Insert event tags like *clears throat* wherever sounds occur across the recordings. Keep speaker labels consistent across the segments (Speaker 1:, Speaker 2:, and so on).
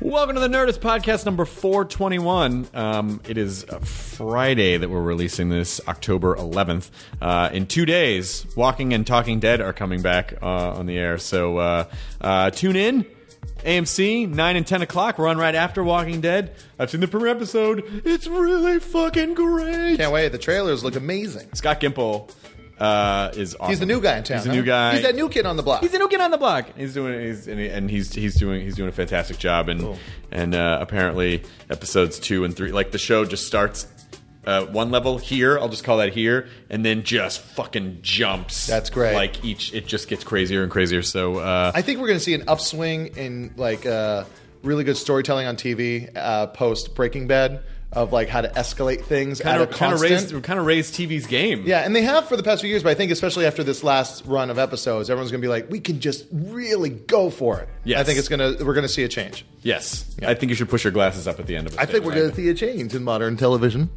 Speaker 1: Welcome to the Nerdist Podcast number 421. Um, it is Friday that we're releasing this, October 11th. Uh, in two days, Walking and Talking Dead are coming back uh, on the air. So uh, uh, tune in. AMC, 9 and 10 o'clock. We're on right after Walking Dead. I've seen the premiere episode. It's really fucking great.
Speaker 2: Can't wait. The trailers look amazing.
Speaker 1: Scott Gimple uh, is awesome.
Speaker 2: He's the new guy in town.
Speaker 1: He's the
Speaker 2: huh?
Speaker 1: new guy.
Speaker 2: He's that new kid on the block.
Speaker 1: He's the new kid on the block. He's doing he's and, he, and he's he's doing he's doing a fantastic job and and uh, apparently episodes two and three like the show just starts uh, one level here I'll just call that here and then just fucking jumps.
Speaker 2: That's great.
Speaker 1: Like each it just gets crazier and crazier. So uh,
Speaker 2: I think we're going to see an upswing in like uh, really good storytelling on TV uh, post Breaking Bad of like how to escalate things
Speaker 1: kind
Speaker 2: at
Speaker 1: of
Speaker 2: a
Speaker 1: kind of
Speaker 2: constant.
Speaker 1: raised kind of raised TV's game.
Speaker 2: yeah, and they have for the past few years, but I think especially after this last run of episodes, everyone's going to be like, "We can just really go for it."
Speaker 1: Yes.
Speaker 2: I think it's gonna we're going to see a change.
Speaker 1: Yes.
Speaker 2: Yeah.
Speaker 1: I think you should push your glasses up at the end of it.
Speaker 2: I think we're going to see a change in modern television.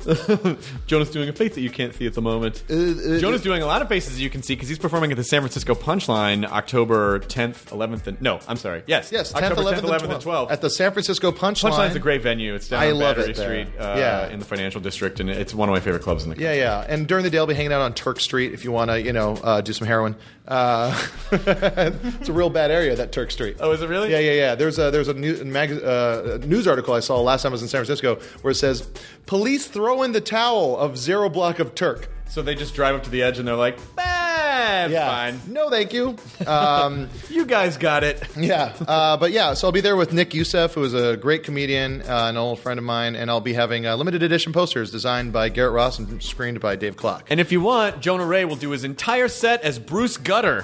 Speaker 1: Jonah's doing a face that you can't see at the moment.
Speaker 2: Uh,
Speaker 1: Jonah's doing a lot of faces that you can see because he's performing at the San Francisco Punchline October 10th, 11th, and no, I'm sorry. Yes,
Speaker 2: yes, 10th,
Speaker 1: October
Speaker 2: 11th, and 12th at the San Francisco Punchline.
Speaker 1: Punchline's a great venue. It's down
Speaker 2: I
Speaker 1: on
Speaker 2: love
Speaker 1: Battery
Speaker 2: it there.
Speaker 1: Street, uh,
Speaker 2: Yeah.
Speaker 1: in the financial district, and it's one of my favorite clubs in the
Speaker 2: Yeah,
Speaker 1: country.
Speaker 2: yeah. And during the day, I'll be hanging out on Turk Street if you want to, you know, uh, do some heroin. Uh, *laughs* it's a real bad area, that Turk Street.
Speaker 1: Oh, is it really?
Speaker 2: Yeah, yeah, yeah. There's a there's a new, mag, uh, news article I saw last time I was in San Francisco where it says, "Police throw in the towel of zero block of Turk."
Speaker 1: So they just drive up to the edge and they're like, "Ah, it's fine.
Speaker 2: No, thank you. *laughs* Um,
Speaker 1: You guys got it."
Speaker 2: yeah, uh, but yeah. So I'll be there with Nick Youssef, who is a great comedian, uh, an old friend of mine, and I'll be having uh, limited edition posters designed by Garrett Ross and screened by Dave Clock.
Speaker 1: And if you want, Jonah Ray will do his entire set as Bruce
Speaker 2: *laughs*
Speaker 1: Gutter.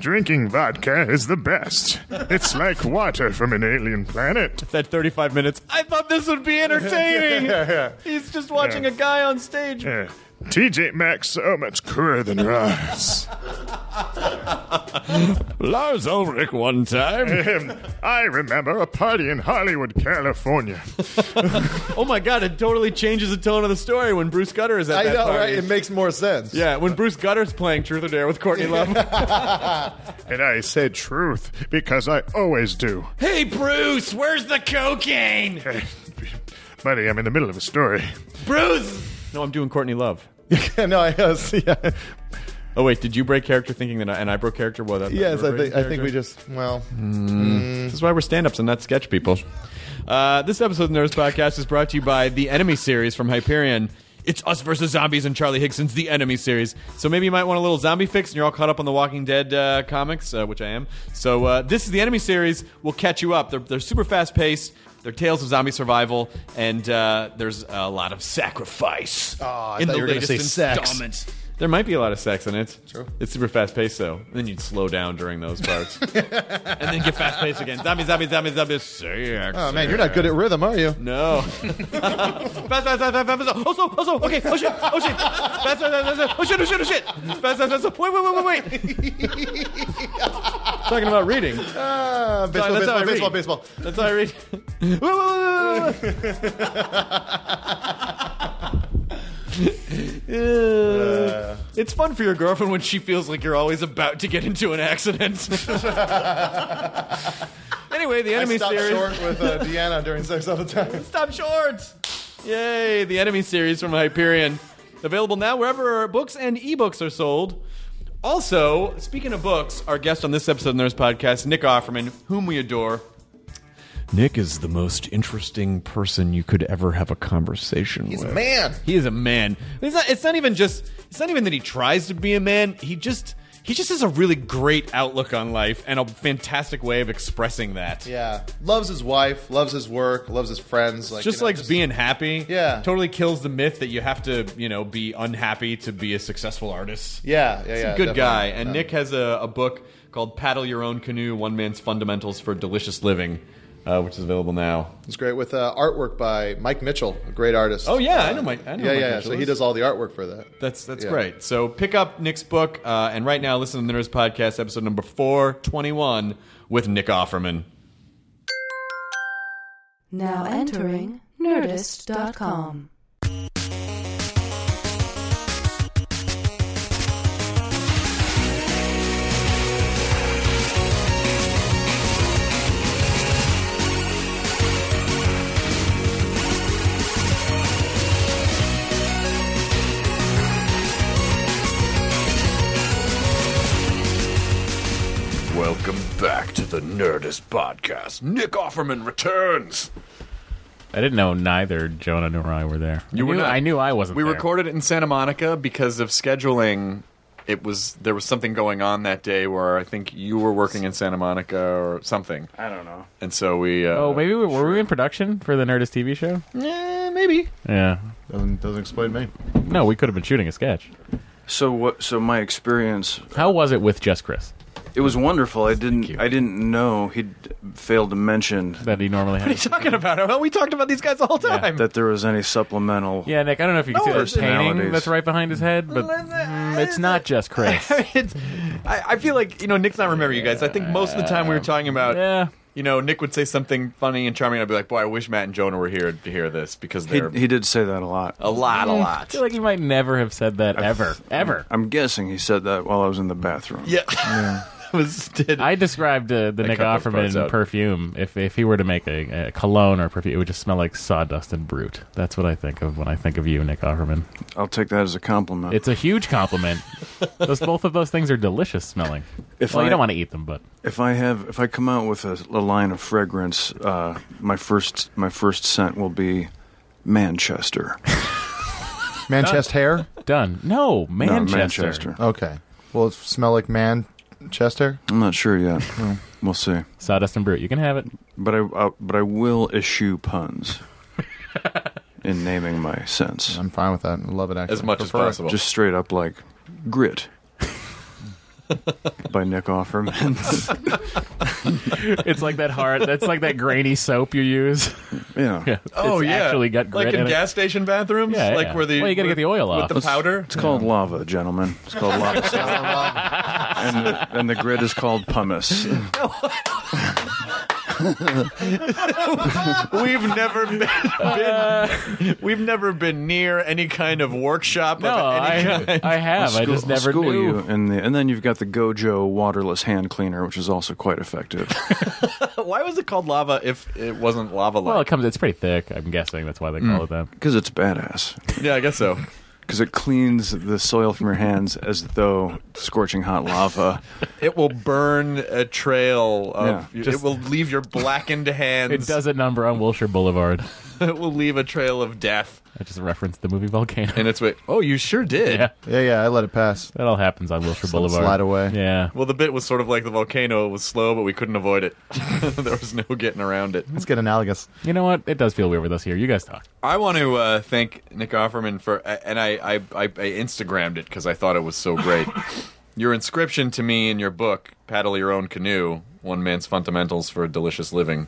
Speaker 3: Drinking vodka is the best. It's like water from an alien planet.
Speaker 1: that 35 minutes. I thought this
Speaker 2: *laughs*
Speaker 1: would be entertaining. He's just watching
Speaker 3: Yeah.
Speaker 1: a guy on stage.
Speaker 3: Yeah. TJ Maxx so much cooler than Lars.
Speaker 1: Lars Ulrich one time.
Speaker 3: Ahem. I remember a party in Hollywood, California.
Speaker 1: *laughs* oh my god, it totally changes the tone of the story when Bruce Gutter is at
Speaker 2: I
Speaker 1: that
Speaker 2: know,
Speaker 1: party.
Speaker 2: right? It makes more sense.
Speaker 1: yeah, when Bruce Gutter's playing Truth or Dare with Courtney Love.
Speaker 3: And I said truth because I always do.
Speaker 1: hey Bruce, where's the cocaine?
Speaker 3: Buddy, I'm in the middle of a story.
Speaker 1: Bruce. No, I'm doing Courtney Love.
Speaker 2: *laughs* no, I was, *laughs* yeah.
Speaker 1: Oh wait, did you break character thinking that I, and I broke character? Well, that,
Speaker 2: yes,
Speaker 1: that
Speaker 2: I
Speaker 1: we're
Speaker 2: think
Speaker 1: breaking
Speaker 2: I think we
Speaker 1: character?
Speaker 2: just well.
Speaker 1: This is why we're stand-ups and not sketch people. Uh, this episode of the Nerds Podcast is brought to you by the Enemy series from Hyperion. It's us versus zombies and Charlie Higson's The Enemy series. So maybe you might want a little zombie fix, and you're all caught up on the Walking Dead uh, comics, uh, which I am. So uh, this is the Enemy series. We'll catch you up. They're, they're super fast-paced. They're tales of zombie survival, and uh, there's a lot of sacrifice
Speaker 2: Ah, I
Speaker 1: in
Speaker 2: thought
Speaker 1: the
Speaker 2: you were gonna
Speaker 1: latest
Speaker 2: say sex.
Speaker 1: installment. There might be a lot of sex in it. True. It's super fast paced though. And then you'd slow down during those
Speaker 2: *laughs*
Speaker 1: parts. and then get fast paced again. Zombie, zombie, zombie, zombie. Sex.
Speaker 2: Oh man, you're not good at rhythm, are you?
Speaker 1: No. *laughs* fast, fast, fast, fast, fast, fast. Oh, slow, oh, slow. Okay. Oh, shit. Oh, shit. Fast, fast, fast, fast. Oh, shit, oh, shit, oh, shit. Fast, fast, fast. fast. Wait, wait, wait, wait, wait. Talking about reading.
Speaker 2: Uh, baseball,
Speaker 1: that's how I
Speaker 2: baseball,
Speaker 1: read.
Speaker 2: baseball, baseball.
Speaker 1: That's how I read. *laughs* Wait, wait, wait, wait, wait. Uh, it's fun for your girlfriend when she feels like you're always about to get into an accident. *laughs* anyway, the
Speaker 2: I
Speaker 1: enemy
Speaker 2: stopped
Speaker 1: series.
Speaker 2: short with uh, Deanna during sex all the time.
Speaker 1: Stop short. Yay! The enemy series from Hyperion.
Speaker 4: Available now wherever books and ebooks are sold. Also, speaking of books, our guest on this episode of the Nerds Podcast, Nick Offerman, whom we adore. Nick is the most interesting person you could ever have a conversation
Speaker 5: He's a
Speaker 4: with.
Speaker 5: man.
Speaker 4: He is a man. It's not. It's not even just. It's not even that he tries to be a man. He just. He just has a really great outlook on life and a fantastic way of expressing that.
Speaker 5: Yeah, loves his wife, loves his work, loves his friends. Like
Speaker 4: Just
Speaker 5: you know,
Speaker 4: like being happy.
Speaker 5: Yeah.
Speaker 4: Totally kills the myth that you have to, you know, be unhappy to be a successful artist.
Speaker 5: Yeah, yeah, yeah.
Speaker 4: Good
Speaker 5: definitely.
Speaker 4: guy. And
Speaker 5: No.
Speaker 4: Nick has a, a book called Paddle Your Own Canoe One Man's Fundamentals for Delicious Living, uh, which is available now.
Speaker 5: It's great with uh, artwork by Mike Mitchell, a great artist.
Speaker 4: Oh, yeah,
Speaker 5: Uh,
Speaker 4: I know Mike- I know
Speaker 5: yeah,
Speaker 4: Mike
Speaker 5: yeah.
Speaker 4: Mitchell
Speaker 5: So he
Speaker 4: is.
Speaker 5: does all the artwork for that.
Speaker 4: That's that's
Speaker 5: Yeah.
Speaker 4: great. So pick up Nick's book, uh, and right now listen to the Nerds Podcast, episode number four twenty one, with Nick Offerman.
Speaker 6: Now entering Nerdist.com.
Speaker 1: Welcome back to the Nerdist Podcast. Nick Offerman returns.
Speaker 7: I didn't know neither Jonah nor I were there. You I
Speaker 1: were
Speaker 7: knew,
Speaker 1: not.
Speaker 7: I knew I wasn't.
Speaker 1: We
Speaker 7: there.
Speaker 1: recorded it in Santa Monica because of scheduling. It was there was something going on that day where I think you were working in Santa Monica or something,
Speaker 7: I don't know.
Speaker 1: and so we. Uh,
Speaker 7: Oh, maybe we, were we in production for the Nerdist TV show?
Speaker 1: Eh, maybe.
Speaker 7: Yeah.
Speaker 5: Doesn't doesn't explain me.
Speaker 7: No, we could have been shooting a sketch.
Speaker 3: So what? So my experience,
Speaker 7: How was it with just Chris
Speaker 3: it was wonderful. I didn't, I didn't know he'd failed to mention
Speaker 7: that he normally
Speaker 1: What are you
Speaker 7: has?
Speaker 1: talking about? Well, we talked about these guys the whole time.
Speaker 3: that there was any supplemental.
Speaker 7: Yeah, Nick. I don't know if you can
Speaker 1: No,
Speaker 7: see that painting
Speaker 3: personalities.
Speaker 7: that's right behind his head, but mm, it's not just Chris.
Speaker 1: *laughs* It's- I, I feel like you know Nick's not remember you guys. I think most of the time we were talking about.
Speaker 7: yeah.
Speaker 1: You know, Nick would say something funny and charming. and I'd be like, "Boy, I wish Matt and Jonah were here to hear this because
Speaker 3: he,
Speaker 1: they're
Speaker 3: he did say that a lot.
Speaker 1: a lot, a
Speaker 7: I
Speaker 1: lot."
Speaker 7: feel like he might never have said that ever, ever.
Speaker 3: I'm guessing he said that while I was in the bathroom.
Speaker 1: Yeah. *laughs* That was did
Speaker 7: I described uh, the Nick
Speaker 1: cut those parts
Speaker 7: Offerman
Speaker 1: out.
Speaker 7: perfume. If if he were to make a, a cologne or perfume, it would just smell like sawdust and brute. That's what I think of when I think of you, Nick Offerman.
Speaker 3: I'll take that as a compliment.
Speaker 7: It's a huge compliment. those both of those things are delicious smelling.
Speaker 3: If
Speaker 7: well, you
Speaker 3: I-
Speaker 7: don't want to eat them, but
Speaker 3: if I have, if I come out with a, a line of fragrance, uh, my first, my first scent will be Manchester.
Speaker 5: Manchester hair.
Speaker 7: done. No,
Speaker 3: No,
Speaker 7: Manchester.
Speaker 3: Manchester.
Speaker 5: Okay. Well, it smell like Manchester.
Speaker 3: I'm not sure yet. we'll see.
Speaker 7: Sawdust and brute. You can have it.
Speaker 3: But I, I but I will
Speaker 7: *laughs*
Speaker 3: eschew puns in naming my scents.
Speaker 5: I'm fine with that. I love it actually.
Speaker 1: as much as
Speaker 5: Prefer it.
Speaker 1: possible.
Speaker 3: Just straight up like
Speaker 7: *laughs*
Speaker 3: grit. By Nick Offerman.
Speaker 7: *laughs* It's like that hard. That's like that grainy soap you use.
Speaker 3: yeah.
Speaker 7: Yeah,
Speaker 1: oh
Speaker 7: it's
Speaker 1: yeah,
Speaker 7: actually got grit
Speaker 1: like in,
Speaker 7: in it.
Speaker 1: gas station bathrooms.
Speaker 7: Yeah,
Speaker 1: like
Speaker 7: yeah.
Speaker 1: where the
Speaker 7: Well, you gotta
Speaker 1: where-
Speaker 7: get the oil
Speaker 1: with
Speaker 7: off. *laughs*
Speaker 1: the powder.
Speaker 3: It's called lava, gentlemen. It's called lava. and, the, and the grit is called pumice.
Speaker 1: we've never been,
Speaker 7: *laughs* Uh,
Speaker 1: been- we've never been near any kind of workshop
Speaker 7: No,
Speaker 1: of any
Speaker 7: Oh, I, *laughs*
Speaker 1: kind.
Speaker 7: I have. I
Speaker 3: School-
Speaker 7: just never
Speaker 3: school
Speaker 7: knew.
Speaker 3: you in the, and then you've got the Gojo waterless hand cleaner, which is also quite effective.
Speaker 1: Why was it called lava if it wasn't lava?
Speaker 7: Well, it comes. It's pretty thick. I'm guessing that's why they call it that.
Speaker 3: Because it's badass.
Speaker 1: yeah, I guess so.
Speaker 3: Because it cleans the soil from your hands as though scorching hot lava.
Speaker 1: It will burn a trail of.
Speaker 3: Yeah,
Speaker 1: it
Speaker 7: just-
Speaker 1: will leave your
Speaker 7: *laughs*
Speaker 1: blackened hands.
Speaker 7: It does a number on Wilshire Boulevard.
Speaker 1: It will leave a trail of death.
Speaker 7: I just referenced the movie Volcano.
Speaker 1: And it's wait. Oh, you sure did.
Speaker 7: Yeah.
Speaker 5: *laughs* Yeah, yeah. I let it pass.
Speaker 7: That all happens on Wilshire Boulevard.
Speaker 5: slide away.
Speaker 7: Yeah.
Speaker 1: Well, the bit was sort of like the volcano. It was slow, but we couldn't avoid it. *laughs* there was no getting around it.
Speaker 5: Let's get analogous.
Speaker 7: You know what? It does feel weird with us here. You guys talk.
Speaker 1: I want to uh, thank Nick Offerman for, and I I, I, I Instagrammed it because I thought it was so great.
Speaker 7: *laughs*
Speaker 1: your inscription to me in your book, "Paddle Your Own Canoe: One Man's Fundamentals for a Delicious Living."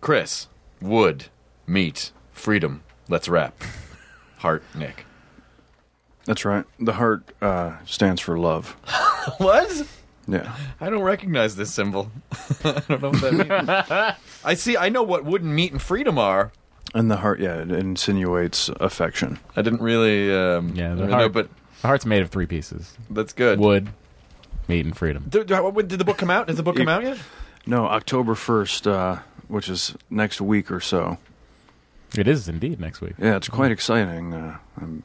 Speaker 1: Chris, wood, meat, freedom. Let's rap. Heart, Nick.
Speaker 3: That's right. The heart uh, stands for love.
Speaker 1: What?
Speaker 3: Yeah.
Speaker 1: I don't recognize this symbol. *laughs* I don't know what that means. I see. I know what wood and meat and freedom are.
Speaker 3: And the heart, yeah, it insinuates affection.
Speaker 1: I didn't really. Um,
Speaker 7: Yeah,
Speaker 1: I
Speaker 7: the
Speaker 1: don't know,
Speaker 7: heart-
Speaker 1: but
Speaker 7: The heart's made of three pieces:
Speaker 1: that's good.
Speaker 7: wood, meat, and freedom.
Speaker 1: Did, did the book come out? Has the book come out yet?
Speaker 3: No, October 1st, uh, which is next week or so.
Speaker 7: It is indeed next week.
Speaker 3: Yeah, it's quite exciting. Uh, I'm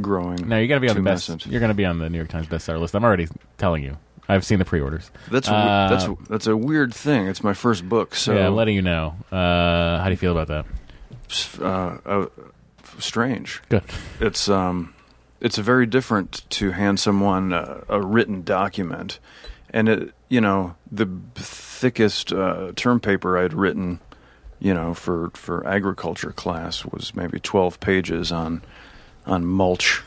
Speaker 3: growing.
Speaker 7: No, you're gonna be on the
Speaker 3: to
Speaker 7: best.
Speaker 3: message.
Speaker 7: You're gonna be on the New York Times bestseller list. I'm already telling you. I've seen the pre-orders.
Speaker 3: That's a, we-
Speaker 7: Uh,
Speaker 3: that's a, that's a weird thing. It's my first book, so
Speaker 7: yeah. I'm letting you know. Uh, how do you feel about that?
Speaker 3: uh, uh, strange.
Speaker 7: Good.
Speaker 3: It's um, it's very different to hand someone a, a written document, and it you know the b- thickest uh, term paper I'd written, you know for for agriculture class was maybe twelve pages on on mulch.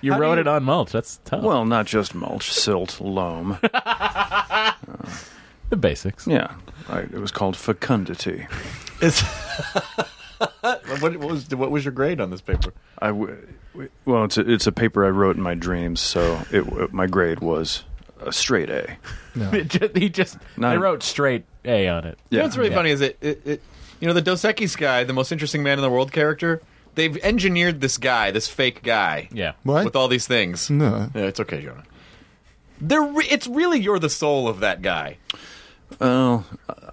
Speaker 7: You wrote it on mulch. That's tough.
Speaker 3: Well, not just mulch, silt, loam.
Speaker 7: the basics.
Speaker 3: Yeah, I, it was called fecundity.
Speaker 1: It's *laughs* what, what was what was your grade on this paper?
Speaker 3: I w- w- well, it's a, it's a paper I wrote in my dreams, so it, w- my grade was a straight A.
Speaker 7: It just, *laughs* he just.
Speaker 3: No.
Speaker 7: I wrote straight A on it.
Speaker 1: You know what's really funny is it, it, it you know the Dos Equis guy, the most interesting man in the world character. They've engineered this guy, this fake guy.
Speaker 7: Yeah.
Speaker 2: What?
Speaker 1: With all these things.
Speaker 2: No.
Speaker 1: Yeah, it's okay, Jonah. They're re- it's really you're the soul of that guy.
Speaker 3: Well,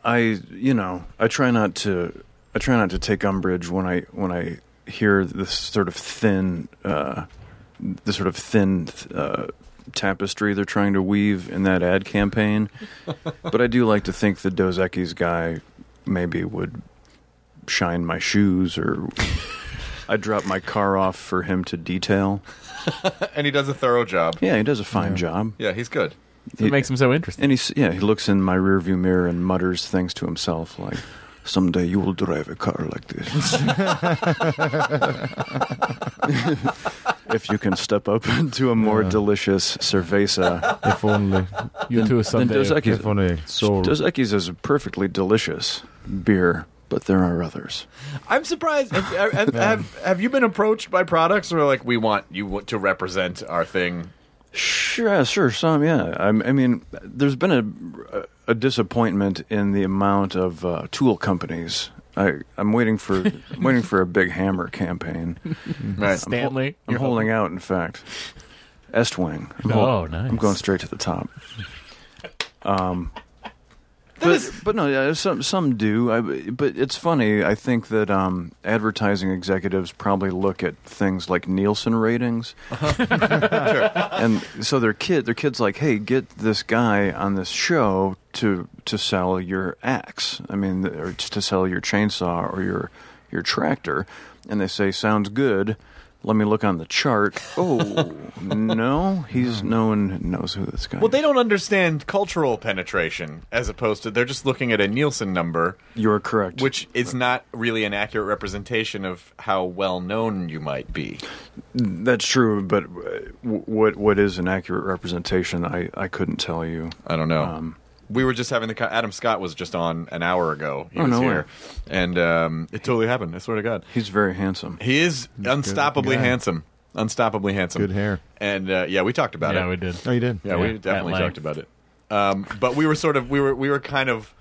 Speaker 3: I you know I try not to I try not to take umbrage when I when I hear this sort of thin uh, the sort of thin uh, tapestry they're trying to weave in that ad campaign, but I do like to think the Dos Equis guy maybe would shine my shoes or. I drop my car off for him to detail.
Speaker 1: And he does a thorough job.
Speaker 3: Yeah, he does a fine job.
Speaker 1: Yeah, he's good.
Speaker 7: It makes him so interesting.
Speaker 3: And he's yeah, he looks in my rearview mirror and mutters things to himself like, "Someday you will drive a car like this." if you can step up *laughs* into a more delicious cerveza,
Speaker 2: If only
Speaker 7: You two are someday.
Speaker 3: Dos Equis-
Speaker 2: if only soul.
Speaker 3: Dos Equis is a perfectly delicious beer, but there are others.
Speaker 1: I'm surprised. Have, have, have, have you been approached by products or like we want you to represent our thing?
Speaker 3: Sure, yeah, sure, some, yeah. I, I mean, there's been a, a disappointment in the amount of uh, tool companies. I, I'm waiting for I'm waiting for a big hammer campaign.
Speaker 1: Right.
Speaker 3: I'm hol-
Speaker 7: Stanley,
Speaker 3: I'm,
Speaker 7: you're
Speaker 3: holding out. In fact, Estwing. I'm
Speaker 7: Oh, nice.
Speaker 3: I'm going straight to the top. Um,
Speaker 1: That
Speaker 3: but,
Speaker 1: is-
Speaker 3: but no, yeah, some some do. I, but it's funny. I think that um, advertising executives probably look at things like Nielsen ratings, and so their kid, their kids, like, hey, get this guy on this show to to sell your axe. I mean, or to sell your chainsaw or your your tractor, and they say, sounds good. Let me look on
Speaker 1: *laughs*
Speaker 3: the chart. Oh no, he's no one knows who this guy.
Speaker 1: Hmm. Well,
Speaker 3: is.
Speaker 1: they don't understand cultural penetration as opposed to they're just looking at a Nielsen number,
Speaker 3: You're correct.
Speaker 1: which is not really an accurate representation of how well known you might be.
Speaker 3: That's true, but uh, w- what what is an accurate representation? I, I couldn't tell you.
Speaker 1: I don't know. we were just having the co- Adam Scott was just on an hour ago. He
Speaker 3: Oh,
Speaker 1: was
Speaker 3: no way.
Speaker 1: here, and um, it totally happened. I swear to God,
Speaker 3: He's very handsome.
Speaker 1: he is unstoppably
Speaker 2: guy.
Speaker 1: handsome, unstoppably handsome.
Speaker 2: Good hair.
Speaker 1: And uh, yeah, we talked about it.
Speaker 7: yeah, we did.
Speaker 2: Oh, you did.
Speaker 1: Yeah,
Speaker 7: Yeah,
Speaker 1: we
Speaker 7: at
Speaker 1: definitely
Speaker 7: length.
Speaker 1: talked about it. Um, but we were sort of we were we were kind of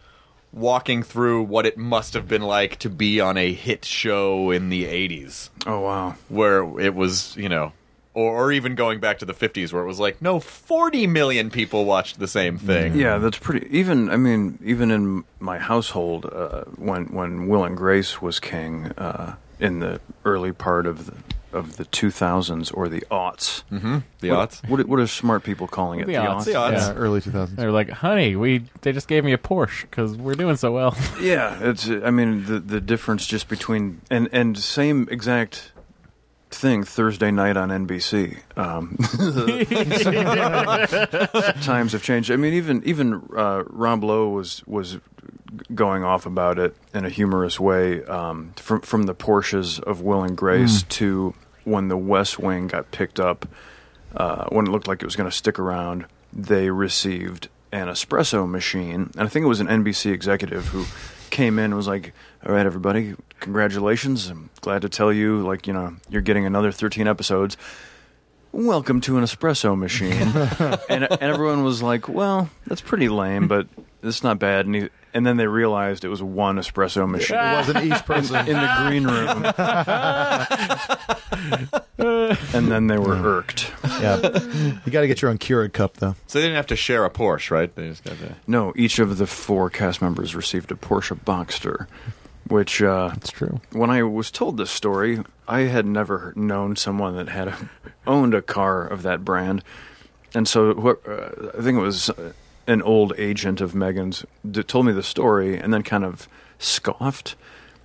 Speaker 1: walking through what it must have been like to be on a hit show in the 80s
Speaker 3: Oh wow,
Speaker 1: where it was, you know, or, or even going back to the 50s where it was like no 40 million people watched the same thing.
Speaker 3: yeah, that's pretty. Even I mean, even in my household, uh, when when Will and Grace was king uh, in the early part of the of the two thousands or the aughts.
Speaker 1: Mhm. The
Speaker 3: What-
Speaker 1: odds.
Speaker 3: What, what are smart people calling it?
Speaker 7: Mm-hmm. The aughts.
Speaker 1: The odds.
Speaker 2: Yeah, early 2000s.
Speaker 7: They were like, "Honey, we they just gave me a Porsche because we're doing so well."
Speaker 3: Yeah, it's. I mean, the the difference just between and and same exact thing Thursday night on NBC. Um, *laughs*
Speaker 7: *laughs*
Speaker 3: times have changed. I mean, even even uh, Rob Lowe was was going off about it in a humorous way um, from from the Porsches of Will and Grace to when the West Wing got picked up uh, when it looked like it was going to stick around, they received an espresso machine. And I think it was an NBC executive who came in and was like, All right, everybody, congratulations. I'm glad to tell you, like, you know, you're getting another 13 episodes. Welcome to an espresso machine. and, and everyone was like, Well, that's pretty lame, but it's not bad. And, he, and then they realized it was one espresso machine
Speaker 2: It *laughs* wasn't each person.
Speaker 3: in the green room. and then they were irked.
Speaker 2: yeah. You got to get your own Keurig cup, *laughs* though.
Speaker 1: So they didn't have to share a Porsche, right? They just got the
Speaker 3: No, each of the four cast members received a Porsche Boxster, which uh,
Speaker 7: it's true.
Speaker 3: When I was told this story, I had never known someone that had *laughs* a, owned a car of that brand, and so wh- uh, I think it was uh, an old agent of Megan's that told me the story, and then kind of scoffed.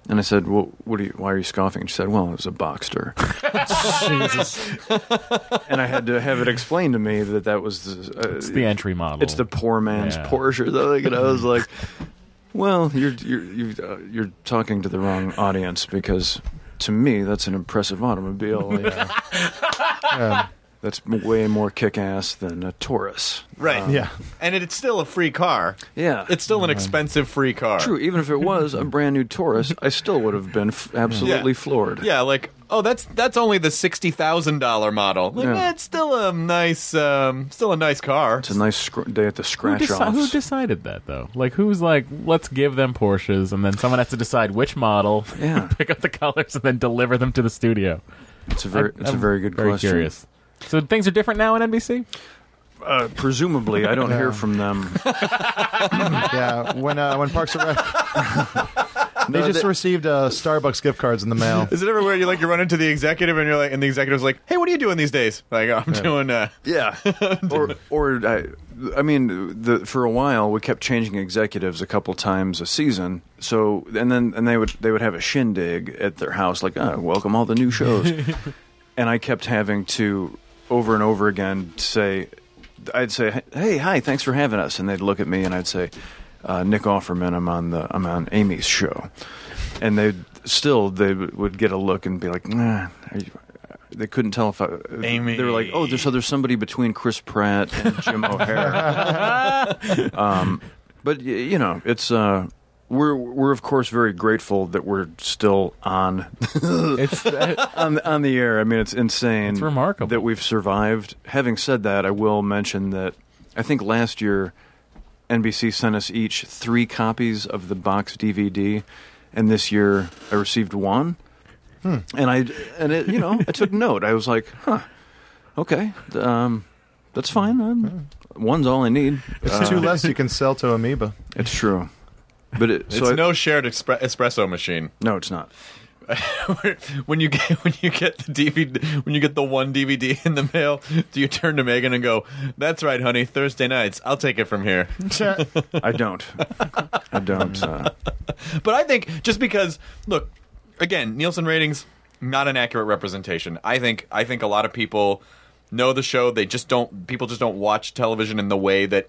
Speaker 3: And I said, "Well, what are you? Why are you scoffing?" And she said, "Well, it was a Boxster." and I had to have it explained to me that that was the, uh,
Speaker 7: It's the entry model.
Speaker 3: It's the poor man's
Speaker 7: Yeah.
Speaker 3: Porsche. Though, like, and I
Speaker 7: *laughs*
Speaker 3: was like, "Well, you're you're you, uh, you're talking to the wrong audience because to me that's an
Speaker 7: *laughs*
Speaker 3: impressive automobile. Um, that's way more kick-ass than a Taurus.
Speaker 1: Right.
Speaker 3: Um,
Speaker 1: Uh, And it's still a free car.
Speaker 3: Yeah.
Speaker 1: It's still an expensive free car.
Speaker 3: True. Even if it was a brand new Taurus, I still would have been f- absolutely
Speaker 1: Yeah.
Speaker 3: floored.
Speaker 1: Yeah, like oh, that's that's only the sixty thousand dollar model. Like
Speaker 3: Yeah.
Speaker 1: eh, it's still a nice, um, still a nice car.
Speaker 3: It's a nice scr- day at the
Speaker 7: Who,
Speaker 3: scratch
Speaker 7: deci-
Speaker 3: offs.
Speaker 7: who decided that though? Like who's like, let's give them Porsches, and then someone has to decide which model, *laughs*
Speaker 3: Yeah.
Speaker 7: pick up the colors, and then deliver them to the studio.
Speaker 3: It's a very- it's a very good question.
Speaker 7: Curious. So things are different now in NBC.
Speaker 3: Uh, presumably, I don't hear from them.
Speaker 2: yeah, when uh, when Parks *laughs* and Rec, they
Speaker 1: No,
Speaker 2: just
Speaker 1: they-
Speaker 2: received uh, Starbucks gift cards in the mail.
Speaker 1: Is it ever where you like you run into the executive and you're like, and the executive's like, hey, what are you doing these days? Like oh, I'm
Speaker 3: Yeah.
Speaker 1: doing. Uh,
Speaker 3: Yeah, or or I, I mean, the, for a while we kept changing executives a couple times a season. So and then and they would they would have a shindig at their house, like ah, welcome all the new shows, and I kept having to over and over again say, I'd say, hey, hi, thanks for having us, and they'd look at me and I'd say, uh, Nick Offerman, I'm on the I'm on Amy's show, and they still they would get a look and be like, nah, are you, they couldn't tell if I,
Speaker 1: Amy.
Speaker 3: they were like, oh, there's, so there's somebody between Chris Pratt and Jim O'Hare. um, but y- you know, it's uh, we're we're of course very grateful that we're still on *laughs*
Speaker 7: it's uh,
Speaker 3: on on the air. I mean, it's insane.
Speaker 7: It's remarkable.
Speaker 3: that we've survived. Having said that, I will mention that I think last year NBC sent us each three copies of the box DVD, and this year I received one.
Speaker 2: Hmm.
Speaker 3: And I and it you know I took note. I was like, huh, okay, um, that's fine. Um,
Speaker 7: Hmm.
Speaker 3: one's all I need.
Speaker 2: *laughs* It's
Speaker 3: Uh,
Speaker 2: two less you can sell to Amoeba.
Speaker 3: It's true, but it,
Speaker 1: It's
Speaker 3: so I-
Speaker 1: no shared expre- espresso machine. *laughs*
Speaker 3: no, it's not.
Speaker 1: when you get *laughs* when you get the DVD when you get the one DVD in the mail, do you turn to Megan and go, "That's right, honey, Thursday nights. I'll take it from here." *laughs*
Speaker 3: I don't. I don't. Uh,
Speaker 1: But I think just because look, again, Nielsen ratings not an accurate representation. I think I think a lot of people know the show. They just don't people just don't watch television in the way that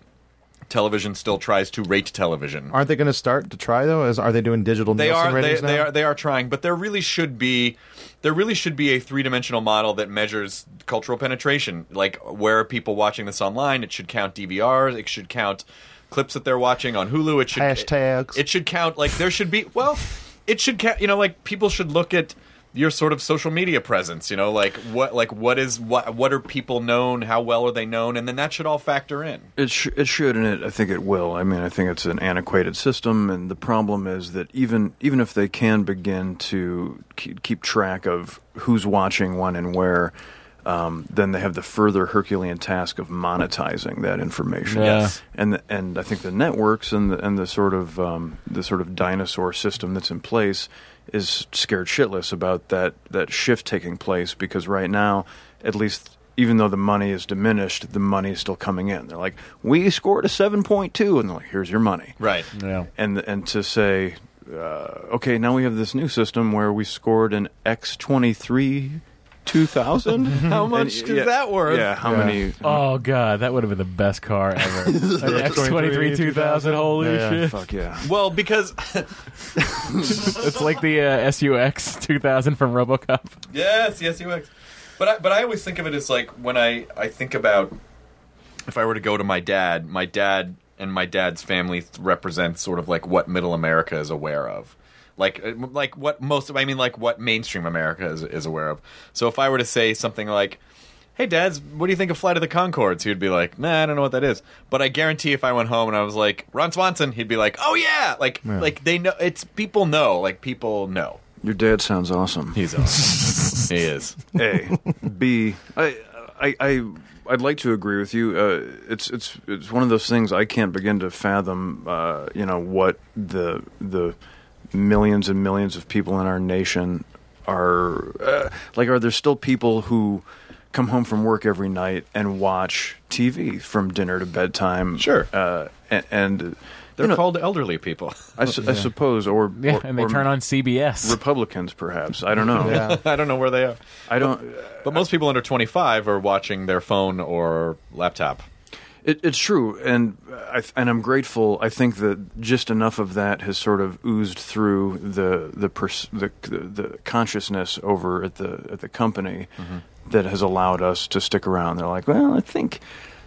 Speaker 1: television still tries to rate television.
Speaker 2: Aren't they going to start to try though? As are they doing digital?
Speaker 1: They
Speaker 2: Nielsen
Speaker 1: are they,
Speaker 2: ratings now?
Speaker 1: they are they are trying, but there really should be there really should be a three dimensional model that measures cultural penetration. Like where are people watching this online? It should count DVRs. It should count clips that they're watching on Hulu. It should
Speaker 2: Hashtags.
Speaker 1: It should count like there should be well, it should count. You know, like people should look at your sort of social media presence. You know, like what like what is what what are people known? How well are they known? And then that should all factor in.
Speaker 3: It sh- it should, and it, I think it will. I mean, I think it's an antiquated system, and the problem is that even even if they can begin to keep, keep track of who's watching when and where, um, then they have the further Herculean task of monetizing that information.
Speaker 7: Yeah. Yes.
Speaker 3: and the, and I think the networks and the, and the sort of um, the sort of dinosaur system that's in place is scared shitless about that that shift taking place because right now, at least even though the money is diminished, the money is still coming in. They're like, we scored a seven point two, and they're like, here's your money.
Speaker 1: Right.
Speaker 7: Yeah.
Speaker 3: And and to say, uh, okay, now we have this new system where we scored an X twenty three. Two *laughs* thousand?
Speaker 1: How much is that worth?
Speaker 3: Yeah, how
Speaker 2: Yeah.
Speaker 3: many?
Speaker 7: Oh god, that would have been the best car
Speaker 3: *laughs*
Speaker 7: ever. An X twenty three two thousand. Holy
Speaker 2: Yeah, yeah.
Speaker 7: shit!
Speaker 3: Fuck yeah!
Speaker 1: Well, because
Speaker 7: It's like the uh, SUX two thousand from RoboCop.
Speaker 1: Yes, yes, UX. But I, but I always think of it as like when I, I think about if I were to go to my dad, my dad and my dad's family th- represents sort of like what middle America is aware of. Like uh, like what most of I mean like what mainstream America is is aware of. So if I were to say something like Hey dads, what do you think of Flight of the Concords? He'd be like, Nah, I don't know what that is. But I guarantee if I went home and I was like, Ron Swanson, he'd be like, Oh yeah, like like they know. It's people know, like people know.
Speaker 3: Your dad sounds awesome.
Speaker 1: He's awesome. he is.
Speaker 3: A, B. I, I, I, I'd like to agree with you. Uh, it's, it's, it's one of those things I can't begin to fathom. Uh, you know what the the millions and millions of people in our nation are uh, like are there still people who come home from work every night and watch TV from dinner to bedtime?
Speaker 1: Sure.
Speaker 3: Uh, and, and
Speaker 1: They're
Speaker 3: you know,
Speaker 1: called elderly people.
Speaker 3: I, su- I suppose, or
Speaker 7: Yeah,
Speaker 3: or-
Speaker 7: and they
Speaker 3: or
Speaker 7: turn on CBS.
Speaker 3: Republicans, perhaps. I don't know.
Speaker 1: *laughs* I don't know where they are.
Speaker 3: I don't.
Speaker 1: But most people under 25 are watching their phone or laptop.
Speaker 3: It, it's true, and I, th- and I'm grateful. I think that just enough of that has sort of oozed through the the pers- the, the, the consciousness over at the at the company
Speaker 1: Mm-hmm.
Speaker 3: that has allowed us to stick around. They're like, well, I think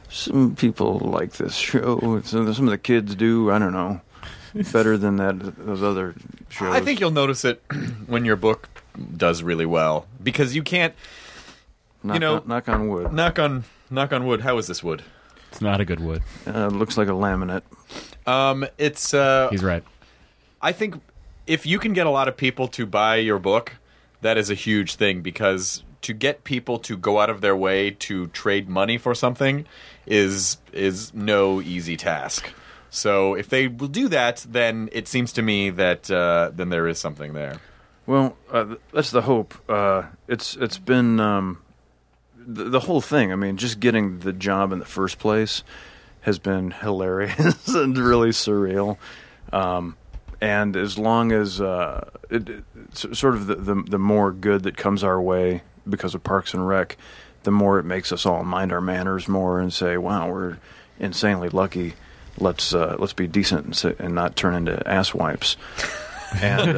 Speaker 3: some people like this show. Some some of the kids do. I don't know.
Speaker 1: *laughs*
Speaker 3: Better than that, those other shows.
Speaker 1: I think you'll notice it *clears throat* when your book does really well because you can't.
Speaker 3: Knock
Speaker 1: you know,
Speaker 3: on- knock on wood.
Speaker 1: Knock on knock on wood. How is this wood?
Speaker 7: It's not a good wood.
Speaker 3: Uh, looks like a laminate.
Speaker 1: Um, it's. Uh,
Speaker 7: He's right.
Speaker 1: I think if you can get a lot of people to buy your book, that is a huge thing because to get people to go out of their way to trade money for something is is no easy task. So if they will do that, then it seems to me that uh, then there is something there.
Speaker 3: Well, uh, th- that's the hope. Uh, it's it's been um, the, the whole thing. I mean, just getting the job in the first place has been *laughs* hilarious and really surreal. Um, and as long as uh, it, it- s- sort of the, the the more good that comes our way because of Parks and Rec, the more it makes us all mind our manners more and say, "Wow, we're insanely lucky." Let's uh, let's be decent and, s- and not turn into ass wipes and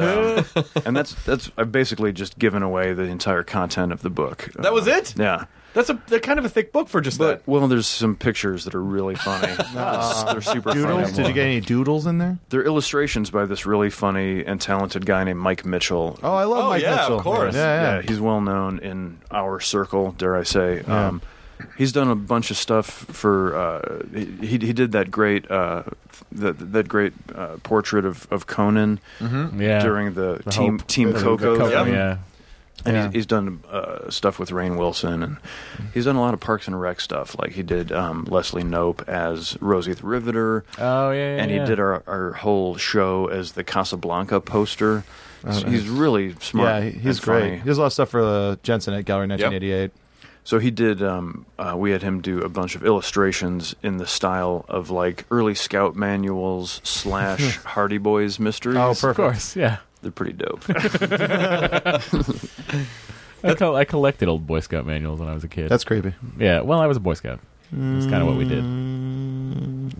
Speaker 1: *laughs*
Speaker 3: um, and that's that's I've basically just given away the entire content of the book. Uh,
Speaker 1: That was it?
Speaker 3: Yeah.
Speaker 1: That's a they're kind of a thick book for just that.
Speaker 3: Well, there's some pictures that are really
Speaker 2: *laughs*
Speaker 3: funny.
Speaker 2: Uh,
Speaker 3: They're- they're super
Speaker 2: doodles?
Speaker 3: funny.
Speaker 2: Did you get any doodles in there?
Speaker 3: They're illustrations by this really funny and talented guy named Mike Mitchell.
Speaker 2: Oh, I love
Speaker 1: Oh,
Speaker 2: Mike
Speaker 1: yeah, of
Speaker 2: Mitchell.
Speaker 1: course.
Speaker 2: Yeah, yeah.
Speaker 3: he's well known in our circle, dare I say. Um, he's done a bunch of stuff for. Uh, he he he did that great uh, that that great uh, portrait of, of Conan
Speaker 7: Yeah.
Speaker 3: during the,
Speaker 7: The
Speaker 3: team
Speaker 7: Hope.
Speaker 2: Mm-hmm.
Speaker 3: team
Speaker 2: The- the
Speaker 3: Coco.
Speaker 7: Coco,
Speaker 3: thing.
Speaker 7: yeah.
Speaker 3: And
Speaker 2: Yeah.
Speaker 3: he's, he's done uh, stuff with Rain Wilson, and he's done a lot of Parks and Rec stuff. Like he did um, Leslie Nope as Rosie the Riveter,
Speaker 7: Oh yeah. yeah
Speaker 3: and he
Speaker 7: yeah.
Speaker 3: did our, our whole show as the Casablanca poster. So he's really smart.
Speaker 2: Oh, Yeah, he- he's
Speaker 3: and
Speaker 2: great.
Speaker 3: funny.
Speaker 2: He does a lot of stuff for uh, Jensen at Gallery 1988.
Speaker 3: So he did. Um, uh, we had him do a bunch of illustrations in the style of like early Scout manuals
Speaker 2: *laughs*
Speaker 3: slash Hardy Boys mysteries.
Speaker 2: Oh,
Speaker 7: Of
Speaker 2: perfect.
Speaker 7: course, yeah.
Speaker 3: They're pretty dope.
Speaker 7: I, col- I collected old Boy Scout manuals when I was a kid.
Speaker 2: That's creepy.
Speaker 7: yeah. Well, I was a Boy Scout. That's kind of what we did.
Speaker 3: Mm.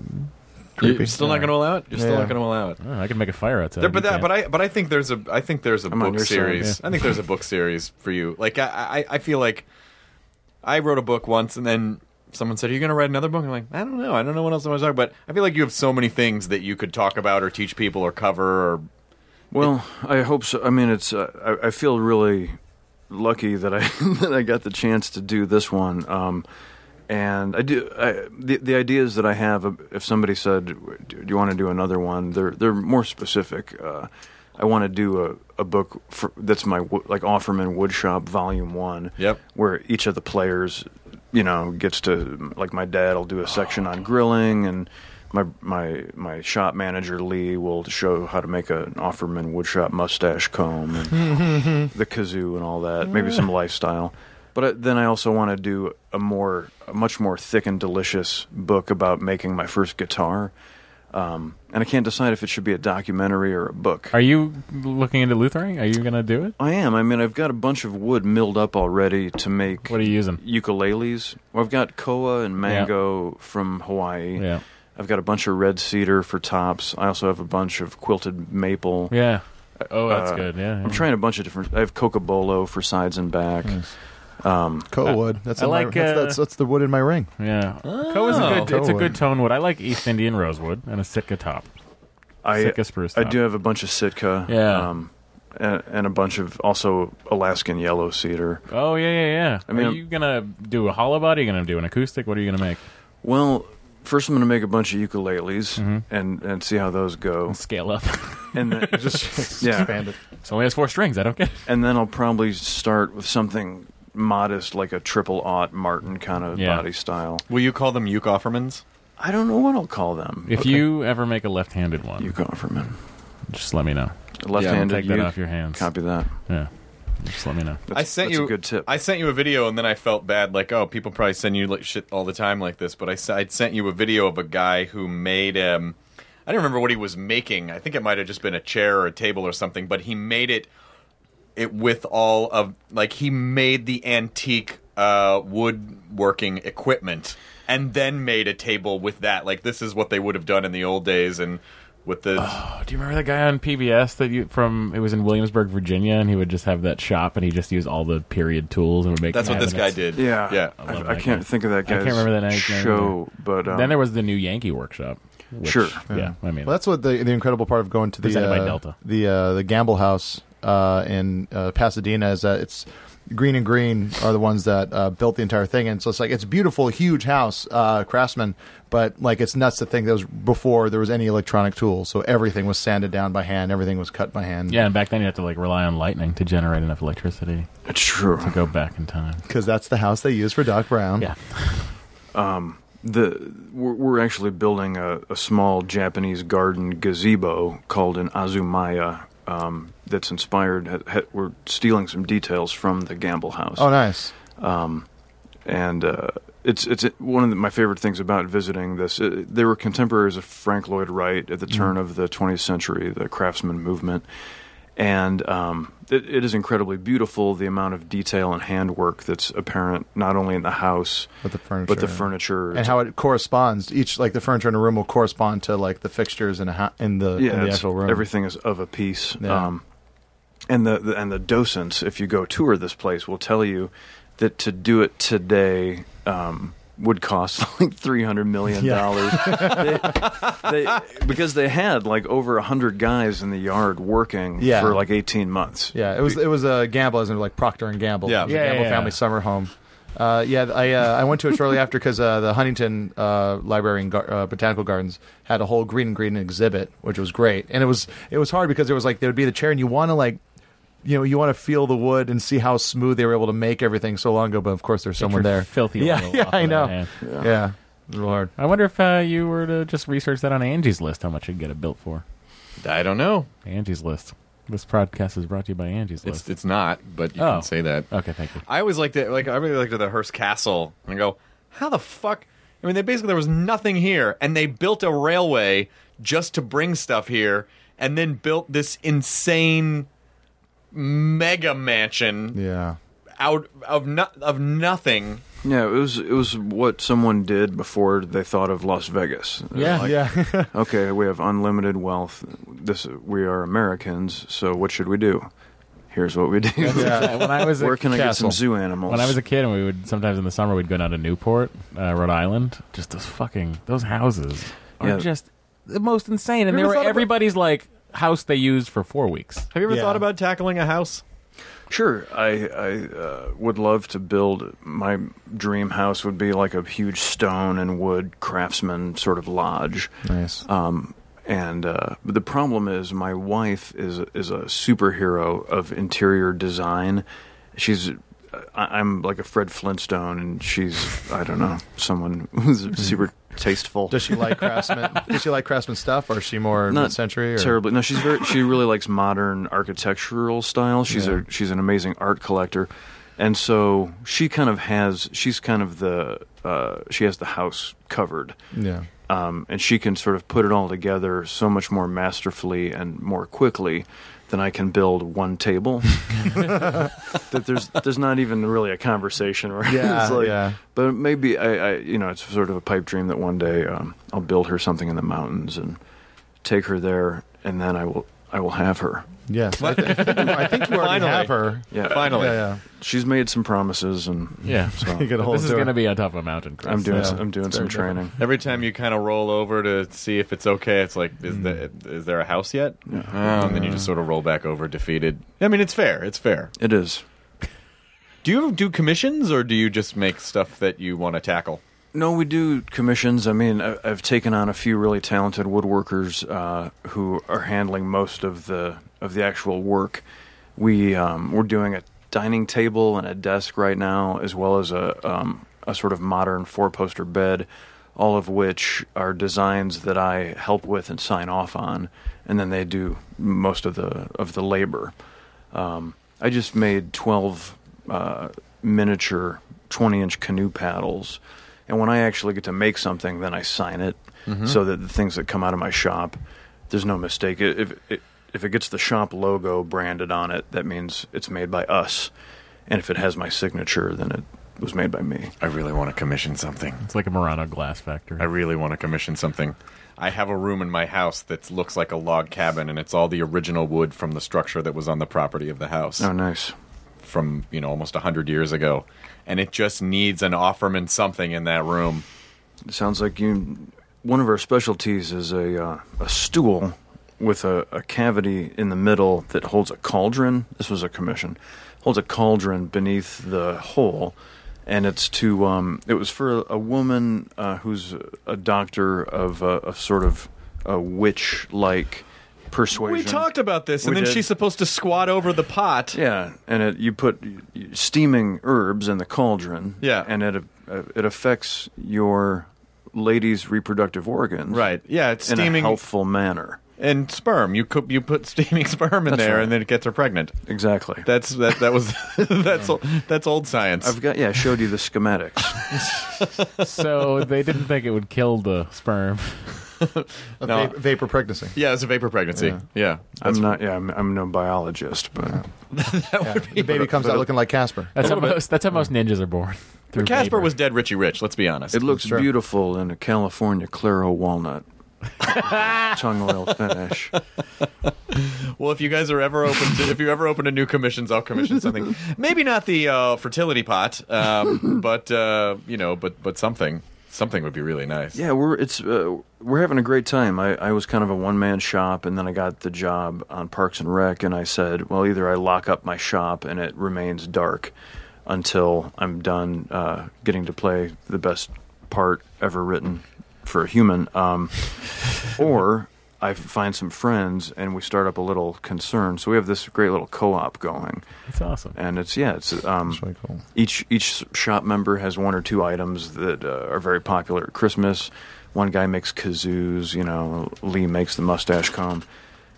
Speaker 1: You're still not going to allow it. You're still
Speaker 2: Yeah.
Speaker 1: not going to allow it.
Speaker 7: Oh, I could make a fire outside.
Speaker 1: There-
Speaker 7: You
Speaker 1: but that,
Speaker 7: can't.
Speaker 1: but I, but I think there's a, I think there's a
Speaker 3: I'm on
Speaker 1: book
Speaker 3: your side,
Speaker 1: series.
Speaker 3: yeah.
Speaker 1: I think there's a book series for you. Like I, I, I feel like I wrote a book once, and then someone said, "Are you going to write another book?" I'm like, I don't know. I don't know what else I want to talk about. I feel like you have so many things that you could talk about, or teach people, or cover, or
Speaker 3: Well, I hope so. I mean, it's uh, I, I feel really lucky that I *laughs* that I got the chance to do this one. Um, and I do I, the the ideas that I have. uh, If somebody said, "Do you want to do another one?" They're they're more specific. Uh, I want to do a, a book for, that's my wo- like Offerman Woodshop Volume One.
Speaker 1: Yep.
Speaker 3: Where each of the players, you know, gets to like my dad will do a section on grilling, and my my my shop manager Lee will show how to make an Offerman Woodshop mustache
Speaker 7: *laughs*
Speaker 3: comb and the kazoo and all that. Maybe some lifestyle. But I, then I also want to do a more, a much more thick and delicious book about making my first guitar. Um, and I can't decide if it should be a documentary or a book.
Speaker 7: Are you looking into luthering? Are you gonna do it?
Speaker 3: I am. I mean, I've got a bunch of wood milled up already to make
Speaker 7: What are you using?
Speaker 3: ukuleles. Well, I've got koa and mango from Hawaii.
Speaker 7: Yeah.
Speaker 3: I've got a bunch of red cedar for tops. I also have a bunch of quilted maple.
Speaker 7: Yeah. Oh, that's
Speaker 3: Uh,
Speaker 7: good. Yeah. yeah.
Speaker 3: I'm trying a bunch of different. I have cocobolo for sides and back. Um,
Speaker 2: Coal wood. That's
Speaker 7: I
Speaker 2: in my-
Speaker 7: like,
Speaker 2: that's,
Speaker 7: uh,
Speaker 2: that's that's the wood in my ring.
Speaker 7: Yeah. Coa is a
Speaker 1: Oh.
Speaker 7: good. it's a
Speaker 2: Coa
Speaker 7: good
Speaker 2: wood.
Speaker 7: tone wood. I like East Indian rosewood and a Sitka top.
Speaker 3: I
Speaker 7: Sitka spruce.
Speaker 3: I
Speaker 7: top.
Speaker 3: do have a bunch of Sitka.
Speaker 7: Yeah.
Speaker 3: Um, and, and a bunch of also Alaskan yellow cedar.
Speaker 7: Oh yeah, yeah, yeah.
Speaker 3: I mean,
Speaker 7: are you gonna do a hollow body? Are you gonna do an acoustic? What are you gonna make?
Speaker 3: Well, first I'm going to make a bunch of ukuleles
Speaker 7: Mm-hmm.
Speaker 3: and and see how
Speaker 7: *laughs*
Speaker 3: those go.
Speaker 7: Scale up. *laughs*
Speaker 3: And then, just yeah.
Speaker 2: Expand it.
Speaker 7: it only has four strings. I don't get. It.
Speaker 3: and then I'll probably start with something modest like a triple aught Martin kind of
Speaker 7: Yeah.
Speaker 3: body style.
Speaker 1: will you call them Uke Offermans?
Speaker 3: I don't know what I'll call them.
Speaker 7: If you ever make a left-handed one,
Speaker 3: you Offerman.
Speaker 7: just let me know.
Speaker 3: Left-handed
Speaker 7: Take that
Speaker 3: you-
Speaker 7: off your hands.
Speaker 3: copy that.
Speaker 7: Yeah. Just let me know.
Speaker 1: I sent
Speaker 3: that's
Speaker 1: you
Speaker 3: a good tip.
Speaker 1: I sent you a video, and then I felt bad. Like, oh, people probably send you like, shit all the time like this. But I s- I'd sent you a video of a guy who made um, I don't remember what he was making. I think it might have just been a chair or a table or something. But he made it it with all of like he made the antique uh, woodworking equipment, and then made a table with that. Like this is what they would have done in the old days, and with the
Speaker 7: Oh, do you remember that guy on PBS that you from? It was in Williamsburg, Virginia, and he would just have that shop, and he just used all the period tools and would make.
Speaker 1: That's what this
Speaker 7: cabinets.
Speaker 1: guy did.
Speaker 3: Yeah.
Speaker 1: Yeah.
Speaker 3: I,
Speaker 7: love
Speaker 3: I
Speaker 7: that
Speaker 3: can't
Speaker 7: guy.
Speaker 3: think of that
Speaker 7: I can't
Speaker 3: guy's
Speaker 7: remember that guy's name
Speaker 3: show,
Speaker 7: either.
Speaker 3: but um,
Speaker 7: then there was the new Yankee Workshop. which-
Speaker 3: Sure.
Speaker 7: yeah, I mean,
Speaker 2: well, that's what the the incredible part of going to the
Speaker 7: Presented by
Speaker 2: uh,
Speaker 7: Delta.
Speaker 2: the uh, the Gamble House uh, in uh, Pasadena is that it's Green and Green are the ones that uh, built the entire thing, and so it's like it's a beautiful, huge house, uh, craftsman, but like it's nuts to think that was before there was any electronic tools, so everything was sanded down by hand, everything was cut by hand.
Speaker 7: yeah, and back then you had to like rely on lightning to generate enough electricity.
Speaker 3: It's true.
Speaker 7: To go back in time.
Speaker 2: because that's the house they used for Doc Brown. Yeah,
Speaker 3: um, the we're, we're actually building a, a small Japanese garden gazebo called an azumaya um, that's inspired. ha- ha- we're stealing some details from the Gamble House.
Speaker 2: Oh, nice.
Speaker 3: Um, and uh, it's it's one of the, my favorite things about visiting this. Uh, they were contemporaries of Frank Lloyd Wright
Speaker 2: Mm-hmm.
Speaker 3: at the turn of the 20th century, the craftsman movement, and um, it, it is incredibly beautiful. The amount of detail and handwork that's apparent not only in the house
Speaker 2: but the furniture,
Speaker 3: but the furniture,
Speaker 2: and how it corresponds. Each like the furniture in a room will correspond to like the fixtures in a ho- in the in the
Speaker 3: it's-
Speaker 2: actual room.
Speaker 3: Everything is of a piece.
Speaker 2: Yeah.
Speaker 3: Um, and the, the and the docents, if you go tour this place, will tell you that to do it today um, would cost *laughs* like three hundred million dollars. they, they, because they had like over hundred guys in the yard working
Speaker 2: Yeah.
Speaker 3: for like eighteen months.
Speaker 2: Yeah, it was it was a gamble, as in like Procter and Gamble.
Speaker 3: Yeah.
Speaker 2: It was
Speaker 3: Yeah,
Speaker 2: a Gamble
Speaker 3: yeah, yeah.
Speaker 2: family summer home. Uh, yeah, I uh, I went to it shortly after because uh, the Huntington uh, Library and Gar- uh, Botanical Gardens had a whole green and green exhibit, which was great. And it was it was hard because there was like there would be the chair, and you want to like. You know, you want to feel the wood and see how smooth they were able to make everything so long ago. But of course, there's someone
Speaker 7: your
Speaker 2: there.
Speaker 7: filthy
Speaker 2: yeah,
Speaker 7: oil
Speaker 2: yeah,
Speaker 7: off
Speaker 2: I
Speaker 7: of
Speaker 2: know.
Speaker 7: that
Speaker 2: Yeah,
Speaker 7: hand.
Speaker 2: Lord.
Speaker 7: I wonder if uh, you were to just research that on Angie's List, how much you'd get it built for.
Speaker 1: I don't know.
Speaker 7: Angie's List. This podcast is brought to you by Angie's
Speaker 1: It's-
Speaker 7: List.
Speaker 1: it's not, but you
Speaker 3: Oh.
Speaker 1: can say that.
Speaker 7: Okay, thank *laughs* you.
Speaker 1: I always liked it. Like I really liked the Hearst Castle, and I go, how the fuck? I mean, they basically there was nothing here, and they built a railway just to bring stuff here, and then built this insane mega mansion
Speaker 2: yeah.
Speaker 1: out of no, of nothing.
Speaker 3: Yeah, it was it was what someone did before they thought of Las Vegas. It was
Speaker 1: Yeah.
Speaker 3: like,
Speaker 2: *laughs* Yeah.
Speaker 3: *laughs* okay, we have unlimited wealth. This we are Americans, so what should we do? Here's what we do.
Speaker 7: Yeah, when I was a
Speaker 3: where can I get
Speaker 7: castle.
Speaker 3: some zoo animals?
Speaker 7: When I was a kid, and we would sometimes in the summer we'd go down to Newport, uh, Rhode Island. Just those fucking those houses are
Speaker 3: Yeah.
Speaker 7: just the most insane, and
Speaker 1: You
Speaker 7: they
Speaker 1: ever
Speaker 7: were
Speaker 1: thought about-
Speaker 7: everybody's like house they used for four weeks.
Speaker 1: Have you ever thought about tackling a house?
Speaker 3: Sure, I I uh, would love to build my dream house would be like a huge stone and wood craftsman sort of lodge.
Speaker 2: Nice.
Speaker 3: Um, and uh, but the problem is my wife is is a superhero of interior design. She's uh, I- I'm like a Fred Flintstone, and she's I don't know someone who's
Speaker 7: *laughs*
Speaker 3: super tasteful.
Speaker 2: Does she like craftsman? does she like craftsman stuff, or is she more
Speaker 3: Not
Speaker 2: mid-century? Or?
Speaker 3: terribly. No, she's very. She really likes modern architectural style. She's
Speaker 2: Yeah.
Speaker 3: a she's an amazing art collector, and so she kind of has. She's kind of the. Uh, she has the house covered.
Speaker 2: Yeah.
Speaker 3: Um, and she can sort of put it all together so much more masterfully and more quickly than I can build
Speaker 2: *laughs*
Speaker 3: one table. that there's there's not even really a conversation. Right?
Speaker 2: Yeah,
Speaker 3: It's like-
Speaker 2: yeah.
Speaker 3: But maybe I, I, you know, it's sort of a pipe dream that one day um, I'll build her something in the mountains and take her there, and then I will I will have her.
Speaker 2: Yes, I, thi- I think you- I think you already have her.
Speaker 3: Yeah,
Speaker 2: Finally. Yeah, yeah.
Speaker 3: She's made some promises, and
Speaker 7: Yeah.
Speaker 3: so
Speaker 2: *laughs* You get a hold
Speaker 7: this is
Speaker 2: to
Speaker 7: going to be on top of a *laughs* mountain. Chris.
Speaker 3: I'm doing s- I'm doing some training.
Speaker 1: Every time you kind of roll over to see if it's okay, it's like, is,
Speaker 2: Mm.
Speaker 1: the, is there a house yet? Oh, and then you just sort of roll back over defeated. I mean, it's fair. It's fair.
Speaker 3: It is.
Speaker 1: Do you do commissions or do you just make stuff that you want to tackle?
Speaker 3: No, we do commissions. I mean, I- I've taken on a few really talented woodworkers uh, who are handling most of the of the actual work. We um, we're doing a dining table and a desk right now, as well as a um, a sort of modern four poster bed. all of which are designs that I help with and sign off on, and then they do most of the of the labor. Um, I just made twelve uh, miniature twenty inch canoe paddles, and when I actually get to make something, then I sign it
Speaker 1: Mhm.
Speaker 3: so that the things that come out of my shop, there's no mistake. If if it, if it gets the shop logo branded on it, that means it's made by us, and if it has my signature, then it was made by me.
Speaker 1: I really want to commission something.
Speaker 7: It's like a Murano glass factory.
Speaker 1: I really want to commission something. I have a room in my house that looks like a log cabin, and it's all the original wood from the structure that was on the property of the house.
Speaker 3: Oh, nice.
Speaker 1: From you know almost hundred years ago, and it just needs an Offerman something in that room.
Speaker 3: It sounds like you. One of our specialties is a uh, a stool with a, a cavity in the middle that holds a cauldron. This was a commission. Holds a cauldron beneath the hole, and it's to. Um, it was for a woman uh, who's a doctor of uh, of sort of a witch like persuasion.
Speaker 1: We talked about this, and
Speaker 3: We
Speaker 1: then
Speaker 3: did.
Speaker 1: she's supposed to squat over the pot.
Speaker 3: Yeah, and it, you put steaming herbs in the cauldron.
Speaker 1: Yeah.
Speaker 3: and it uh, it affects your lady's reproductive organs.
Speaker 1: Right. Yeah, it's
Speaker 3: in
Speaker 1: steaming-
Speaker 3: a helpful manner.
Speaker 1: And sperm, you cook, you put *laughs* steaming sperm in
Speaker 3: That's
Speaker 1: there,
Speaker 3: right.
Speaker 1: and then it gets her pregnant.
Speaker 3: Exactly.
Speaker 1: That's that. That was *laughs* that's ol- that's old science.
Speaker 3: I've got yeah. I showed you the schematics.
Speaker 7: so they didn't think it would kill the *laughs* sperm.
Speaker 2: A
Speaker 1: No.
Speaker 2: va- vapor pregnancy.
Speaker 1: Yeah, it's a vapor pregnancy.
Speaker 2: Yeah.
Speaker 1: Yeah,
Speaker 3: I'm not. Yeah, I'm, I'm no biologist, but
Speaker 2: The baby comes out looking like Casper.
Speaker 7: That's
Speaker 1: A
Speaker 7: how
Speaker 1: little bit.
Speaker 7: most. That's how most ninjas are born. through
Speaker 1: But Casper
Speaker 7: vapor.
Speaker 1: was dead. Richie Rich. Let's be honest.
Speaker 3: it looks beautiful in a California Claro walnut tongue oil finish.
Speaker 1: Well, if you guys are ever open to, if you ever open to new commissions, I'll commission something. Maybe not the uh, fertility pot, um, but uh, you know, but but something, something would be really nice.
Speaker 3: Yeah, we're it's uh, we're having a great time. I, I was kind of a one man shop, and then I got the job on Parks and Rec, and I said, well, either I lock up my shop and it remains dark until I'm done uh, getting to play the best part ever written for a human, um, or I find some friends and we start up a little concern. So we have this great little co-op going.
Speaker 7: That's awesome.
Speaker 3: And it's yeah, it's um,
Speaker 2: That's really cool.
Speaker 3: each each shop member has one or two items that uh, are very popular at Christmas. One guy makes kazoos, you know. Lee makes the mustache comb,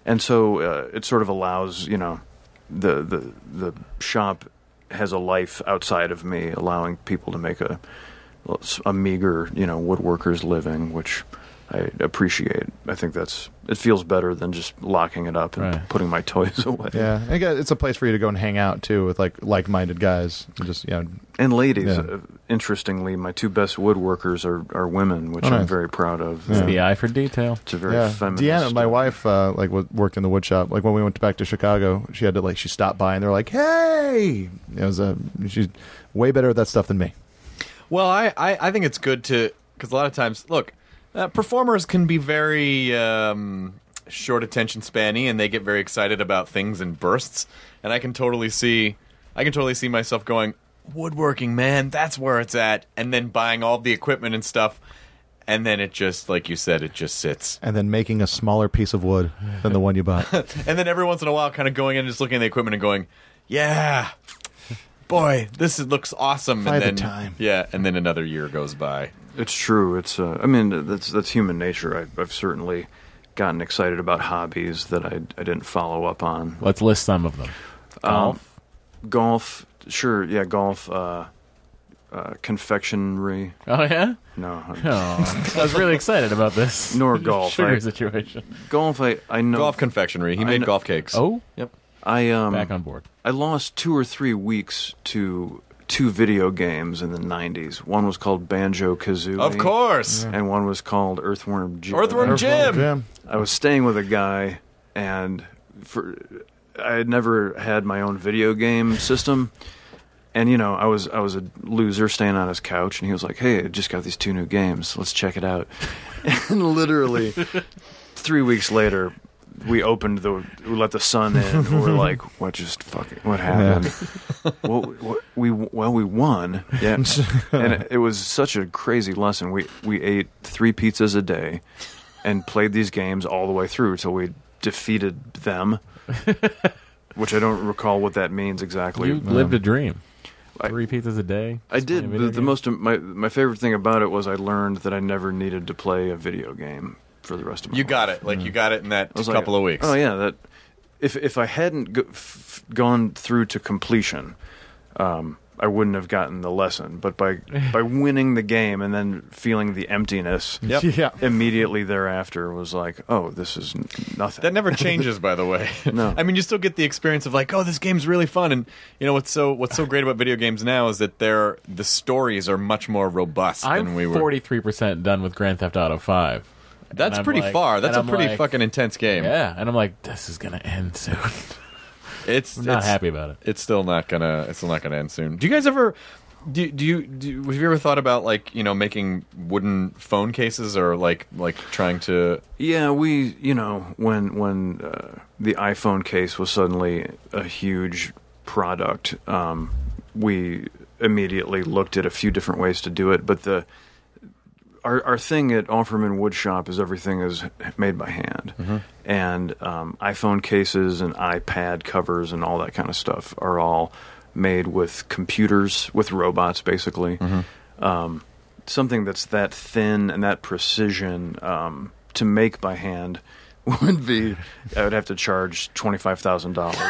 Speaker 3: and so uh, it sort of allows you know the the the shop has a life outside of me, allowing people to make a a meager you know woodworker's living, which I appreciate. I think that's it feels better than just locking it up and
Speaker 7: Right.
Speaker 3: putting my *laughs* toys away.
Speaker 2: Yeah, and again, it's a place for you to go and hang out too with like like-minded guys. And just you know,
Speaker 3: And ladies,
Speaker 2: Yeah.
Speaker 3: uh, interestingly, my two best woodworkers are, are women, which
Speaker 2: Oh,
Speaker 3: I'm
Speaker 2: nice.
Speaker 3: very proud of.
Speaker 7: It's the eye for detail.
Speaker 3: It's a very
Speaker 2: yeah.
Speaker 3: feminist.
Speaker 2: Deanna, my wife, uh, like w- worked in the wood shop. Like when we went back to Chicago, she had to like she stopped by and they're like, "Hey," it was a she's way better at that stuff than me.
Speaker 1: Well, I, I, I think it's good to because a lot of times, look, uh, performers can be very um, short attention spanny, and they get very excited about things in bursts. And I can totally see, I can totally see myself going woodworking, man. That's where it's at, and then buying all the equipment and stuff, and then it just, like you said, it just sits.
Speaker 2: And then making a smaller piece of wood than the one you bought.
Speaker 1: And then every once in a while, kind of going in and just looking at the equipment and going, yeah. Boy, this is- looks awesome.
Speaker 2: By
Speaker 1: and
Speaker 2: the
Speaker 1: then,
Speaker 2: time.
Speaker 1: Yeah, and then another year goes by.
Speaker 3: It's true. It's uh, I mean that's that's human nature. I, I've certainly gotten excited about hobbies that I, I didn't follow up on.
Speaker 7: Let's list some of them. Golf.
Speaker 3: Golf, sure, yeah, golf. Uh, uh, confectionery,
Speaker 7: oh yeah.
Speaker 3: no,
Speaker 2: *laughs*
Speaker 7: Oh, I was really excited about *laughs* this.
Speaker 3: nor golf.
Speaker 7: sugar
Speaker 3: I,
Speaker 7: situation.
Speaker 3: golf, I I know.
Speaker 1: Golf confectionery. He
Speaker 3: I
Speaker 1: made
Speaker 3: kn-
Speaker 1: golf cakes.
Speaker 7: Oh,
Speaker 3: I um.
Speaker 7: back on board.
Speaker 3: I lost two or three weeks to two video games in the 90s. One was called Banjo Kazooie.
Speaker 1: Of course.
Speaker 3: And one was called Earthworm Jim.
Speaker 1: Earthworm *laughs* Jim.
Speaker 2: Jim.
Speaker 3: I was staying with a guy, and for I had never had my own video game system, and you know I was I was a loser staying on his couch, and he was like, "Hey, I just got these two new games. Let's check it out." *laughs* And literally three weeks later, we opened the we let the sun in. and We're like, "What just fucking what happened?" well, what, we well we won, yeah, and it, it was such a crazy lesson. We we ate three pizzas a day and played these games all the way through until we defeated them, which I don't recall what that means exactly.
Speaker 7: You lived a dream. three pizzas a day.
Speaker 3: I did. The, the most my my favorite thing about it was I learned that I never needed to play a video game for the rest of my.
Speaker 1: You got it. Like you got it in that
Speaker 3: I was like,
Speaker 1: couple of weeks.
Speaker 3: Oh yeah, that if if I hadn't go, f- gone through to completion, um, I wouldn't have gotten the lesson.
Speaker 1: *laughs*
Speaker 3: But by by winning the game and then feeling the emptiness,
Speaker 1: Yep. Yeah.
Speaker 3: immediately thereafter was like, oh, this is n- nothing.
Speaker 1: That never changes, by
Speaker 7: *laughs*
Speaker 1: the way.
Speaker 3: No.
Speaker 1: I mean, you still get the experience of like, oh, this game's really fun, and you know what's so what's so great about video games now is that they're the stories are much more robust
Speaker 7: I'm
Speaker 1: than we were.
Speaker 7: forty three percent done with Grand Theft Auto Five.
Speaker 1: That's
Speaker 7: And I'm
Speaker 1: pretty
Speaker 7: like-
Speaker 1: far. That's
Speaker 7: and
Speaker 1: a
Speaker 7: I'm
Speaker 1: pretty
Speaker 7: like,
Speaker 1: fucking intense game.
Speaker 7: Yeah, and I'm like, this is gonna end soon.
Speaker 1: It's
Speaker 7: I'm not
Speaker 1: it's-
Speaker 7: happy about it.
Speaker 1: It's still not gonna. It's still not gonna end soon. Do you guys ever? Do, do you do, have you ever thought about like you know making wooden phone cases or like like trying to
Speaker 3: Yeah, we you know when when uh, the iPhone case was suddenly a huge product, um, we immediately looked at a few different ways to do it. But the our our thing at Offerman Woodshop is everything is made by hand, and um, iPhone cases and iPad covers and all that kind of stuff are all made with computers with robots basically. Um, something that's that thin and that precision um, to make by hand *laughs* would be I would have to charge twenty five thousand dollars.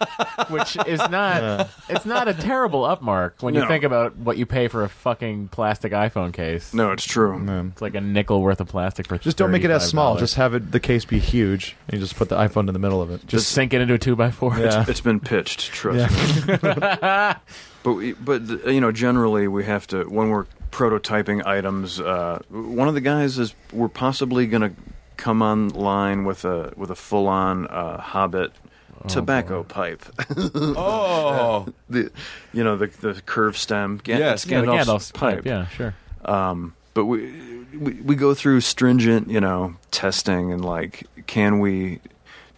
Speaker 7: *laughs* *laughs* which is not it's not a terrible upmark when you
Speaker 3: No.
Speaker 7: think about what you pay for a fucking plastic iPhone case.
Speaker 3: No, it's true.
Speaker 7: It's like a nickel worth of plastic for
Speaker 2: Just don't make it as small.
Speaker 7: $35.
Speaker 2: Just have it the case be huge, and you just put the iPhone in the middle of it.
Speaker 7: just sink it into a two by four. *laughs*
Speaker 2: *laughs* Yeah.
Speaker 3: It's been pitched, trust me. but we, but you know, generally we have to when we're prototyping items. Uh, one of the guys is we're possibly going to come online with a with a full on uh, Hobbit
Speaker 7: Oh,
Speaker 3: tobacco pipe. *laughs*
Speaker 1: Oh. *laughs*
Speaker 3: the you know the the curved stem. Gan-
Speaker 7: Yes, yeah, the
Speaker 3: Gandalf's
Speaker 7: Gandalf's pipe, yeah, sure.
Speaker 3: Um, but we, we we go through stringent, you know, testing and like, can we?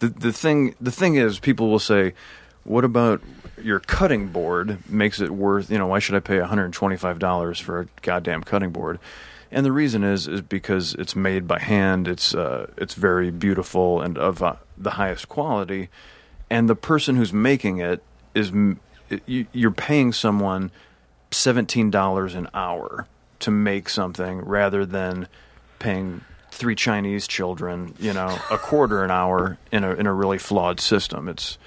Speaker 3: The the thing the thing is, people will say, "What about your cutting board? Makes it worth? You know, why should I pay one hundred and twenty five dollars for a goddamn cutting board?" And the reason is is because it's made by hand. It's uh, it's very beautiful and of uh, the highest quality. And the person who's making it is m- you, you're paying someone seventeen dollars an hour to make something rather than paying three Chinese children, you know, a quarter an hour in a in a really flawed system. It's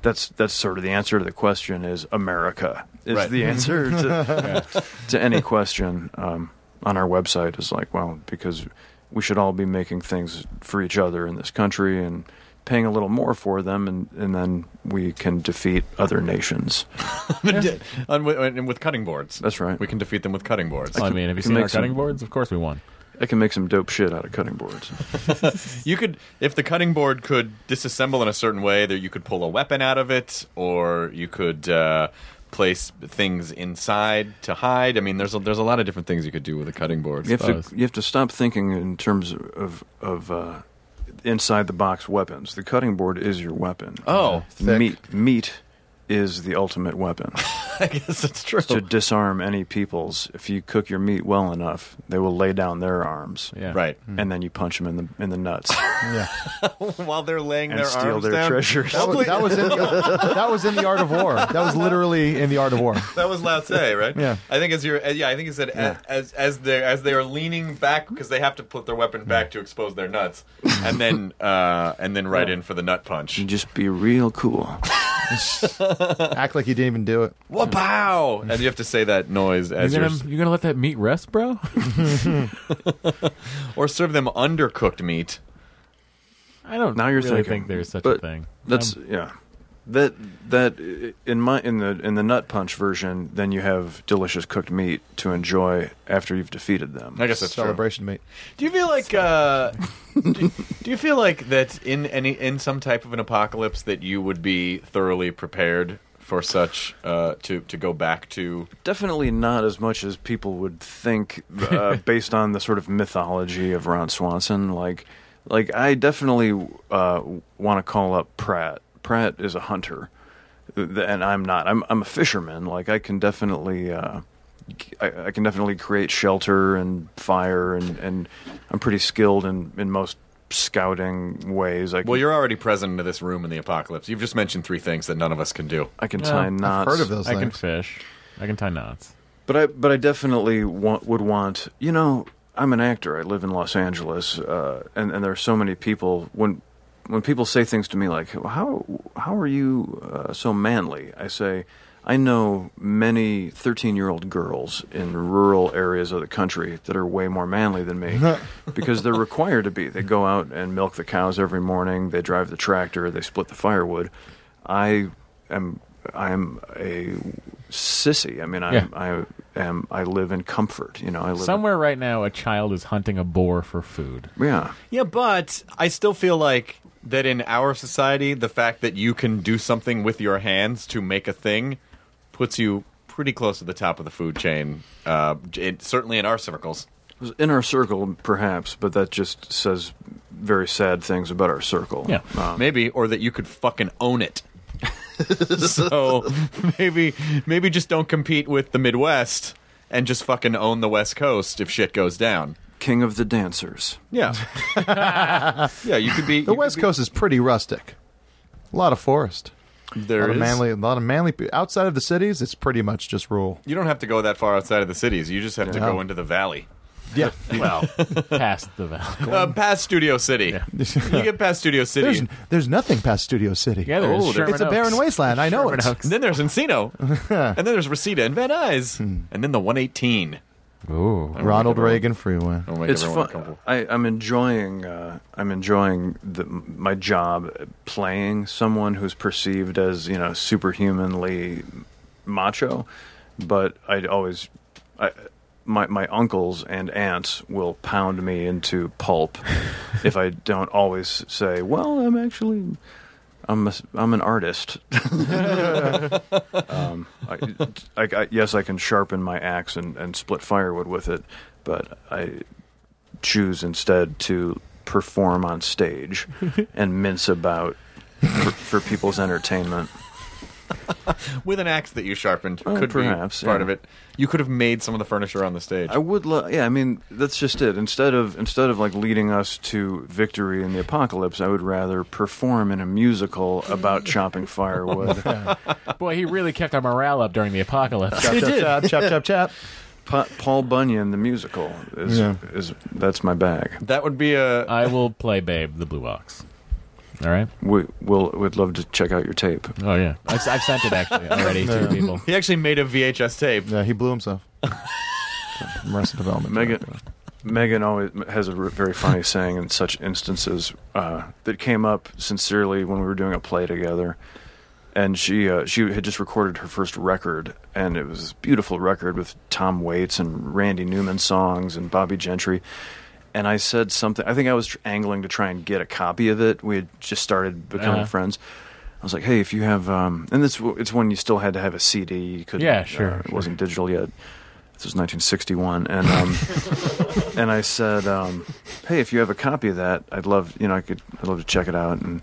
Speaker 3: that's that's sort of the answer to the question is America is
Speaker 1: Right.
Speaker 3: the answer to, to any question um, on our website is like well because we should all be making things for each other in this country and paying a little more for them and, and then we can defeat other nations.
Speaker 1: and with, and with cutting boards?
Speaker 3: That's right.
Speaker 1: We can defeat them with cutting boards.
Speaker 7: I mean, have you
Speaker 3: can
Speaker 7: seen
Speaker 3: make
Speaker 7: our
Speaker 3: some-
Speaker 7: cutting boards? Of course we won.
Speaker 3: I can make some dope shit out of cutting boards.
Speaker 1: You could, if the cutting board could disassemble in a certain way, that you could pull a weapon out of it, or you could uh, place things inside to hide. I mean, there's a, there's a lot of different things you could do with a cutting board.
Speaker 3: You have to you have to stop thinking in terms of of uh, inside the box weapons. The cutting board is your weapon.
Speaker 1: Oh.
Speaker 2: Thick.
Speaker 3: meat meat is the ultimate weapon.
Speaker 1: *laughs* I guess that's true.
Speaker 3: to disarm any peoples, if you cook your meat well enough, they will lay down their arms.
Speaker 7: Yeah.
Speaker 1: Right.
Speaker 3: And then you punch them in the in the nuts
Speaker 1: *laughs* While they're laying
Speaker 3: and
Speaker 1: their
Speaker 3: steal
Speaker 1: arms
Speaker 3: their
Speaker 1: down.
Speaker 3: treasures.
Speaker 2: That was, that was in the, that was in the art of war. That was literally in the art of war.
Speaker 1: That was Lao Tse, right?
Speaker 2: Yeah.
Speaker 1: I think as you're, uh, yeah, I think he said a as as they as they are leaning back because they have to put their weapon back to expose their nuts, and then uh, and then right in for the nut punch.
Speaker 3: You just be real cool.
Speaker 2: Act like you didn't even do it.
Speaker 1: Wow! And you have to say that noise
Speaker 7: You're
Speaker 1: as you're,
Speaker 7: gonna, you're gonna let that meat rest, bro?
Speaker 1: or serve them undercooked meat.
Speaker 7: I don't
Speaker 3: now you're
Speaker 7: really
Speaker 3: thinking,
Speaker 7: think there's such
Speaker 3: but
Speaker 7: a thing.
Speaker 3: That's yeah. That that i- in my in the in the nut punch version, then you have delicious cooked meat to enjoy after you've defeated them.
Speaker 1: I guess that's true.
Speaker 2: Celebration meat.
Speaker 1: Do you feel like uh, do, do you feel like that in any in some type of an apocalypse that you would be thoroughly prepared for such uh, to to go back to?
Speaker 3: Definitely not as much as people would think,
Speaker 2: *laughs*
Speaker 3: uh, based on the sort of mythology of Ron Swanson. Like, like I definitely uh, want to call up Pratt. Pratt is a hunter, th- and I'm not. I'm I'm a fisherman. Like, I can definitely. Uh, I, I can definitely create shelter and fire, and, and I'm pretty skilled in, in most scouting ways. I can,
Speaker 1: Well, you're already present into this room in the apocalypse. You've just mentioned three things that none of us can do.
Speaker 3: I can tie knots.
Speaker 2: I've heard of those
Speaker 7: I can
Speaker 2: things.
Speaker 7: fish. I can tie knots.
Speaker 3: But I but I definitely want, would want you know I'm an actor. I live in Los Angeles, uh, and and there are so many people when when people say things to me like how how are you uh, so manly? I say. I know many 13 year old girls in rural areas of the country that are way more manly than me because they're required to be. They go out and milk the cows every morning, they drive the tractor, they split the firewood. I am I'm a sissy. I mean, I'm, I am I live in comfort. You know, I live.
Speaker 7: Somewhere right now, a child is hunting a boar for
Speaker 3: *laughs*
Speaker 7: food.
Speaker 3: yeah.
Speaker 1: Yeah, but I still feel like that in our society, the fact that you can do something with your hands to make a thing puts you pretty close to the top of the food chain. Uh, it, certainly in our circles.
Speaker 3: In our circle, perhaps, but that just says very sad things about our circle. Um,
Speaker 1: maybe, or that you could fucking own it. *laughs* so maybe, maybe just don't compete with the Midwest and just fucking own the West Coast if shit goes down.
Speaker 3: King of the dancers.
Speaker 1: Yeah, yeah. You could be.
Speaker 2: The West Coast is pretty rustic. A lot of forest.
Speaker 1: There
Speaker 2: a lot
Speaker 1: is.
Speaker 2: of manly, a lot of manly. pe- Outside of the cities, it's pretty much just rural.
Speaker 1: You don't have to go that far outside of the cities. You just have to
Speaker 2: Yeah.
Speaker 1: go into the valley.
Speaker 2: Yeah.
Speaker 1: Well,
Speaker 7: past the valley.
Speaker 1: Uh, past Studio City. you get past Studio City.
Speaker 2: There's, there's nothing past Studio City.
Speaker 1: Yeah, there is. Oh, Sherman
Speaker 2: it's a barren
Speaker 1: Oaks.
Speaker 2: wasteland. I know it.
Speaker 1: And then there's
Speaker 3: *laughs*
Speaker 1: Encino. and then there's Reseda and Van Nuys.
Speaker 3: Hmm.
Speaker 1: And then the 118.
Speaker 7: Ooh,
Speaker 2: Ronald Reagan Freeway.
Speaker 1: make
Speaker 3: it's
Speaker 1: everyone
Speaker 3: fun. I, I'm enjoying. Uh, I'm enjoying the, my job playing someone who's perceived as you know superhumanly macho, but I'd always. I, my my uncles and aunts will pound me into
Speaker 1: *laughs*
Speaker 3: pulp if I don't always say, "Well, I'm actually." I'm a, I'm an artist. *laughs* um, I, I, I, yes, I can sharpen my axe and, and split firewood with it, but I choose instead to perform on stage and mince about for, for people's entertainment.
Speaker 1: With an axe that you sharpened.
Speaker 3: Oh,
Speaker 1: could
Speaker 3: perhaps,
Speaker 1: be part
Speaker 3: yeah.
Speaker 1: of it. You could have made some of the furniture on the stage.
Speaker 3: I would love. Yeah, I mean that's just it. Instead of instead of like leading us to victory in the apocalypse, I would rather perform in a musical about chopping firewood.
Speaker 7: *laughs* Boy, he really kept our morale up during the apocalypse.
Speaker 3: *laughs* Chop, He chop, did. chop, chop, chop,
Speaker 2: chop.
Speaker 3: Pa- Paul Bunyan the musical is
Speaker 7: Yeah.
Speaker 3: is that's my bag.
Speaker 1: That would be a.
Speaker 7: I will play Babe the Blue Ox. All right.
Speaker 3: We will would love to check out your tape.
Speaker 7: Oh yeah, I've, I've sent it actually already
Speaker 3: *laughs*
Speaker 7: to people.
Speaker 1: He actually made a VHS tape.
Speaker 2: Yeah, he blew himself. Arrested Development.
Speaker 3: Megan, Megan always has a r- very funny saying in such instances uh, that came up sincerely when we were doing a play together. And she uh, she had just recorded her first record, and it was this beautiful record with Tom Waits and Randy Newman songs and Bobby Gentry. And I said something. I think I was tr- angling to try and get a copy of it. We had just started becoming
Speaker 7: Uh-huh.
Speaker 3: friends. I was like, "Hey, if you have," um, and this w- it's when you still had to have a CD. You could,
Speaker 7: Yeah, sure,
Speaker 3: it wasn't digital yet. This was 1961,
Speaker 7: *laughs*
Speaker 3: and um, and I said, um, "Hey, if you have a copy of that, I'd love, you know, I could, I'd love to check it out and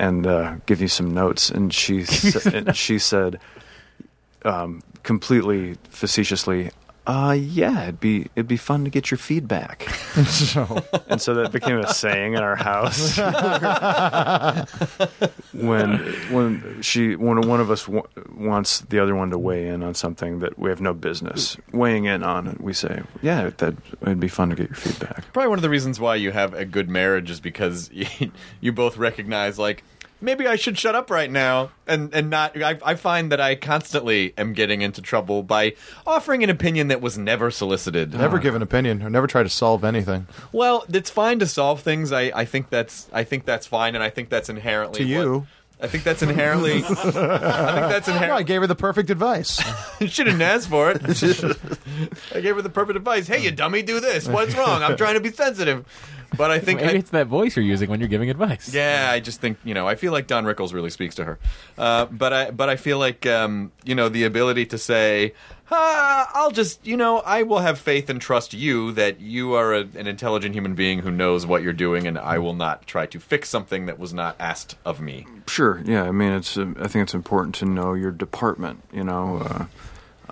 Speaker 3: and uh, give you some notes."
Speaker 7: *laughs*
Speaker 3: And she sa- and she said, um, completely facetiously, "Uh, yeah, it'd be it'd be fun to get
Speaker 7: *laughs*
Speaker 3: your feedback."
Speaker 2: so,
Speaker 3: and so that became a saying in our
Speaker 7: *laughs*
Speaker 3: house. when when she when one of us w- wants the other one to weigh in on something that we have no business weighing in on, it, we say, "Yeah, that it'd be fun to get your feedback."
Speaker 1: Probably one of the reasons why you have a good marriage is because *laughs* you, you both recognize, like, maybe I should shut up right now and, and not. I, I find that I constantly am getting into trouble by offering an opinion that was never solicited.
Speaker 2: never give an opinion or never try to solve anything.
Speaker 1: Well, it's fine to solve things. I, I think that's I think that's fine, and I think that's inherently
Speaker 2: To
Speaker 1: what-
Speaker 2: you.
Speaker 1: I think that's
Speaker 2: *laughs*
Speaker 1: inherently. I think that's
Speaker 2: No, I
Speaker 1: *laughs* inherently.
Speaker 2: gave her the perfect *laughs* advice.
Speaker 1: she didn't ask for
Speaker 2: *laughs*
Speaker 1: it. I gave her the perfect advice. Hey, you dummy, do this. What's wrong? I'm trying to be sensitive, but I think
Speaker 7: Maybe
Speaker 1: I,
Speaker 7: it's that voice you're using when you're giving advice.
Speaker 1: yeah, I just think you know. I feel like Don Rickles really speaks to her, uh, but I but I feel like um, you know the ability to say, ah, "I'll just you know I will have faith and trust you that you are a, an intelligent human being who knows what you're doing, and I will not try to fix something that was not asked of me."
Speaker 3: Sure. Yeah. I mean, it's. uh, I think it's important to know your department. You know, uh,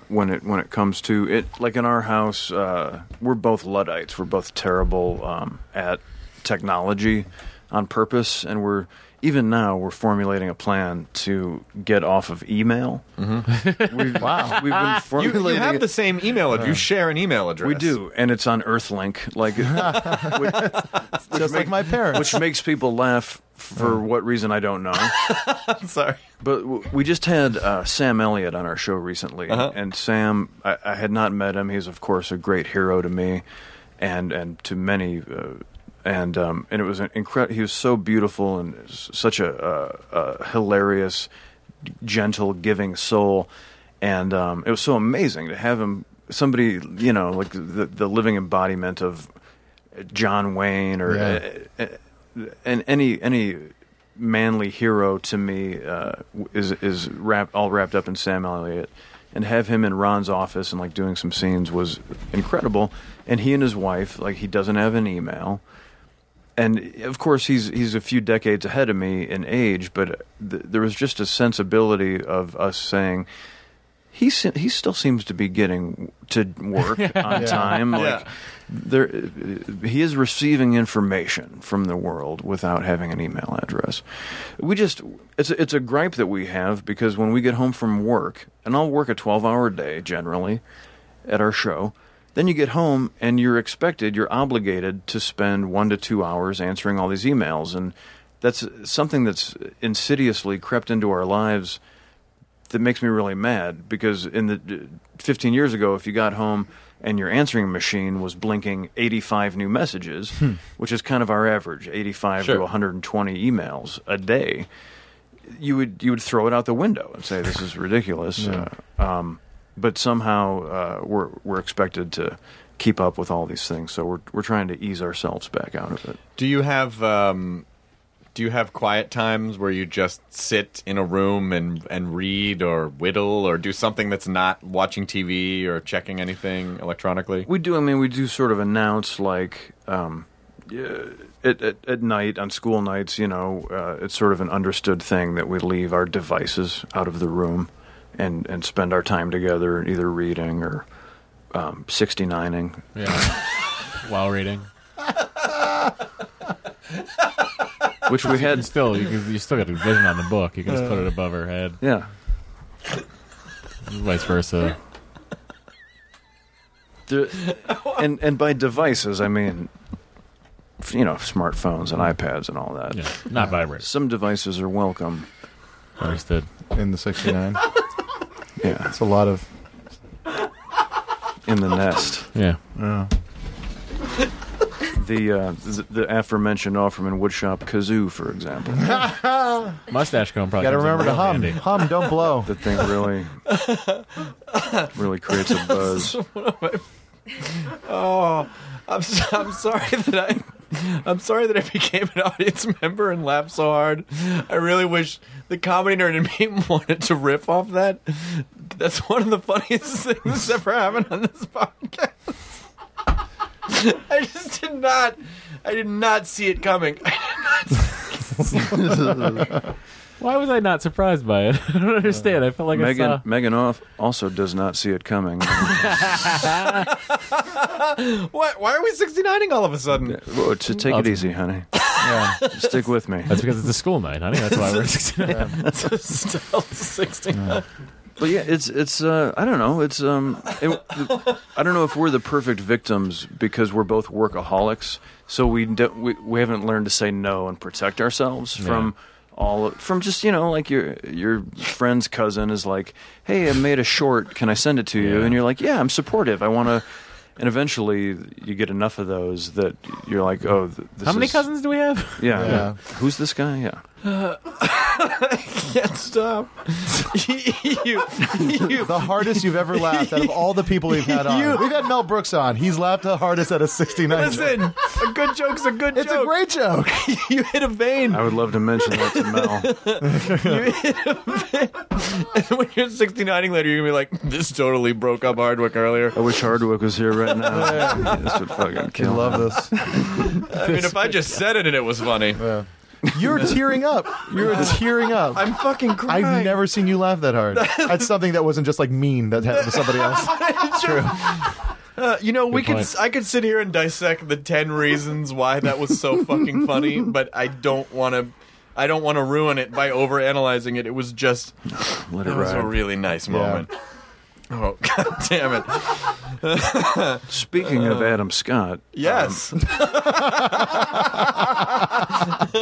Speaker 3: when it when it comes to it, like in our house, uh, we're both luddites. We're both terrible um, at technology on purpose, and we're even now we're formulating a plan to get off of email. We've, wow, we've been
Speaker 1: Mm-hmm. You-
Speaker 3: formulating.
Speaker 1: you, have
Speaker 3: it-
Speaker 1: the same email address.
Speaker 3: Yeah.
Speaker 1: You share an email address.
Speaker 3: Uh-huh.
Speaker 1: *laughs*
Speaker 3: We do, and it's on Earthlink, like
Speaker 2: just like my parents,
Speaker 3: which makes people laugh for what reason I don't know.
Speaker 1: Sorry.
Speaker 3: But w- we just had uh, Sam Elliott on our show recently, and Sam, I, I had not met him. He's of course a great hero to me, and and to many, uh, and um, and it was an incredible. He was so beautiful and s- such a, uh uh hilarious, gentle, giving soul, and um, it was so amazing to have him. Somebody, you know, like the the living embodiment of John Wayne or
Speaker 2: Yeah.
Speaker 3: uh, uh, and any any manly hero to me uh, is is wrapped all wrapped up in Sam Elliott, and have him in Ron's office and like doing some scenes was incredible. And he and his wife, like he doesn't have an email, and of course he's he's a few decades ahead of me in age, but th- there was just a sensibility of us saying. He se- he still seems to be getting to work on
Speaker 2: *laughs* Yeah.
Speaker 3: time. Like
Speaker 2: Yeah.
Speaker 3: there he is receiving information from the world without having an email address we just it's a, it's a gripe that we have because when we get home from work and I'll work a 12 hour day generally at our show then you get home and you're expected you're obligated to spend 1 to 2 hours answering all these emails and that's something that's insidiously crept into our lives that makes me really mad because in the 15 years ago if you got home and your answering machine was blinking 85 new messages which is kind of our average 85
Speaker 1: Sure.
Speaker 3: to 120 emails a day you would you would throw it out the window and say this is ridiculous
Speaker 2: Yeah.
Speaker 3: uh, um, but somehow uh, we're we're expected to keep up with all these things so we're we're trying to ease ourselves back out of it
Speaker 1: Do you have um, do you have quiet times where you just sit in a room and and read or whittle or do something that's not watching TV or checking anything electronically?
Speaker 3: We do. I mean, we do sort of announce like um, yeah, at, at at night on school nights. You know, uh, it's sort of an understood thing that we leave our devices out of the room and and spend our time together, either reading or um, 69ing.
Speaker 7: Yeah. While reading.
Speaker 3: Which we
Speaker 7: *laughs*
Speaker 3: had-
Speaker 7: still you, can, you still got a vision on the book. You can just put
Speaker 3: Uh.
Speaker 7: it above her head.
Speaker 3: Yeah.
Speaker 7: Vice versa.
Speaker 3: There- and and by devices, I mean f- you know smartphones and iPads and all that.
Speaker 7: Yeah, not vibrators.
Speaker 3: Some devices are welcome.
Speaker 7: Understood.
Speaker 2: in the '69.
Speaker 3: Yeah,
Speaker 2: it's a lot of
Speaker 3: in the nest.
Speaker 7: Yeah.
Speaker 3: the uh, the, the aforementioned Offerman Woodshop kazoo, for example.
Speaker 7: Mustache comb probably.
Speaker 2: Got to
Speaker 7: comes in
Speaker 2: remember to
Speaker 7: real
Speaker 2: hum,
Speaker 7: handy.
Speaker 2: hum, don't *laughs* blow.
Speaker 3: The thing really really creates a buzz.
Speaker 1: Oh, I'm so, *laughs* I'm sorry that I I'm sorry that I became an audience member and laughed so hard. I really wish the comedy nerd in me *laughs* wanted to riff off that. That's one of the funniest *laughs* things that's ever happened on this podcast. *laughs* I just did not I did not see it coming.
Speaker 7: Why was I not surprised by it? *laughs* I don't understand. I felt like I
Speaker 3: Megan
Speaker 7: saw.
Speaker 3: Megan off also does not see it coming.
Speaker 1: Why why are we 69ing all of a *laughs* sudden?
Speaker 3: Whoa, to take it easy, honey.
Speaker 2: Yeah.
Speaker 3: Stick with me.
Speaker 7: That's because it's a school night, honey. That's why we're.
Speaker 1: *laughs* Still 69.
Speaker 3: But yeah, it's it's uh, I don't know. It's um, it, I don't know if we're the perfect victims because we're both workaholics, so we don't we, we haven't learned to say no and protect ourselves from all from just you know like your your friend's cousin is like, hey, I made a short, can I send it to you?
Speaker 7: Yeah.
Speaker 3: And you're like, yeah, I'm supportive, I want to. And eventually, you get enough of those that you're like, oh, th-
Speaker 7: *laughs*
Speaker 3: this
Speaker 7: How many
Speaker 3: is-
Speaker 7: cousins do we have?
Speaker 3: Yeah,
Speaker 2: Yeah.
Speaker 3: yeah. Who's this guy? Yeah.
Speaker 1: Can't stop. you, you,
Speaker 2: The hardest you've ever laughed out of all the people we've had on.
Speaker 1: You-
Speaker 2: We've had Mel Brooks on. He's laughed the hardest at a 69.
Speaker 1: Listen, a good joke's a good
Speaker 2: it's
Speaker 1: joke.
Speaker 2: a great joke.
Speaker 1: you hit a vein.
Speaker 3: I would love to mention that to Mel.
Speaker 1: And *laughs* when you're 69ing later, you're going to be like, this totally broke up Hardwick earlier.
Speaker 3: I wish Hardwick was here right now. this would fucking
Speaker 2: I
Speaker 3: kill. him.
Speaker 2: love this.
Speaker 1: I mean, if I *laughs* just said it and it was funny.
Speaker 2: You're tearing up. You're tearing up.
Speaker 1: I'm fucking crying.
Speaker 2: I've never seen you laugh that *laughs* hard. That's something that wasn't just like mean that happened to somebody *laughs* else.
Speaker 1: It's true. Uh, you know, we
Speaker 7: Good
Speaker 1: could.
Speaker 7: point.
Speaker 1: I could sit here *laughs* and dissect the ten reasons why that was so fucking funny, but I don't want to. I don't want to ruin it by overanalyzing it. It was just
Speaker 3: Let it
Speaker 1: that was a
Speaker 3: ride.
Speaker 1: really nice
Speaker 3: Yeah.
Speaker 1: moment. Oh *laughs* god damn it.
Speaker 3: Speaking of Adam Scott,
Speaker 1: Yes.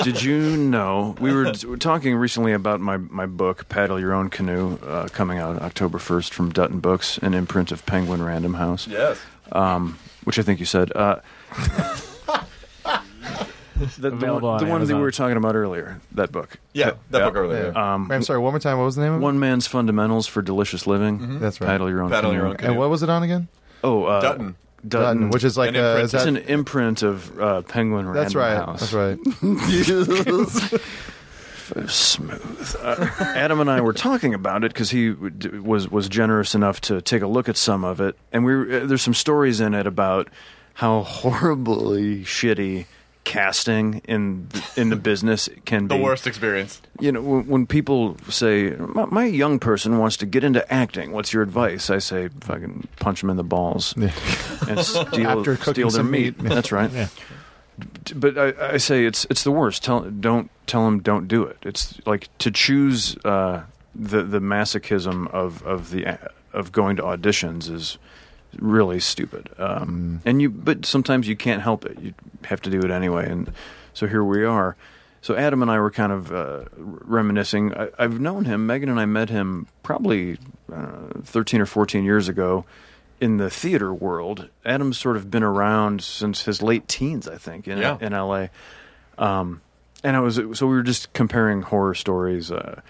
Speaker 3: did you know we were t- talking recently about my, my book paddle your own canoe uh, coming out october 1st from dutton books an imprint of penguin random house
Speaker 1: Yes.
Speaker 3: um, which i think you said uh, the, the,
Speaker 7: Available
Speaker 3: one,
Speaker 7: on
Speaker 3: the one that
Speaker 7: Amazon.
Speaker 3: we were talking about earlier that book
Speaker 1: Yeah, that book
Speaker 2: earlier.
Speaker 3: um,
Speaker 2: Wait, I'm sorry. One more time. What was the name of it?
Speaker 3: one man's fundamentals for delicious living
Speaker 2: Mm-hmm. That's right.
Speaker 3: paddle your own
Speaker 1: Paddle
Speaker 3: canoe,
Speaker 1: Your Own Canoe.
Speaker 2: And what was it on again?
Speaker 3: oh uh,
Speaker 1: Dutton.
Speaker 3: Dutton,
Speaker 2: Dutton, which is like, An uh, imprint. is
Speaker 3: it's
Speaker 2: that-
Speaker 3: an imprint of uh, Penguin Random
Speaker 2: That's right.
Speaker 3: House.
Speaker 2: That's right.
Speaker 1: *laughs*
Speaker 3: smooth. Uh, Adam and I were talking about it because he w- d- was was generous enough to take a look at some of it, and we were- uh, there's some stories in it about how horribly shitty casting in th- in the business can
Speaker 1: the
Speaker 3: be.
Speaker 1: worst experience.
Speaker 3: You know, when, when people say my, my young person wants to get into acting, what's your advice? I say, fucking punch them in the balls and
Speaker 2: *laughs*
Speaker 3: steal,
Speaker 2: After cooking
Speaker 3: steal their
Speaker 2: some
Speaker 3: meat.
Speaker 2: meat.
Speaker 3: That's right
Speaker 7: Yeah.
Speaker 3: t- but I, I say it's it's the worst. Tell don't tell them don't do it. It's like to choose uh, the the masochism of of the of going to auditions is really stupid. Um, And you but sometimes you can't help it. You have to do it anyway. And so here we are. So Adam and I were kind of uh, reminiscing. I, I've known him. Megan and I met him probably uh, thirteen or fourteen years ago in the theater world. Adam's sort of been around since his late teens, I think, in,
Speaker 1: Yeah.
Speaker 3: in LA. Um, and I was so we were just comparing horror stories, uh,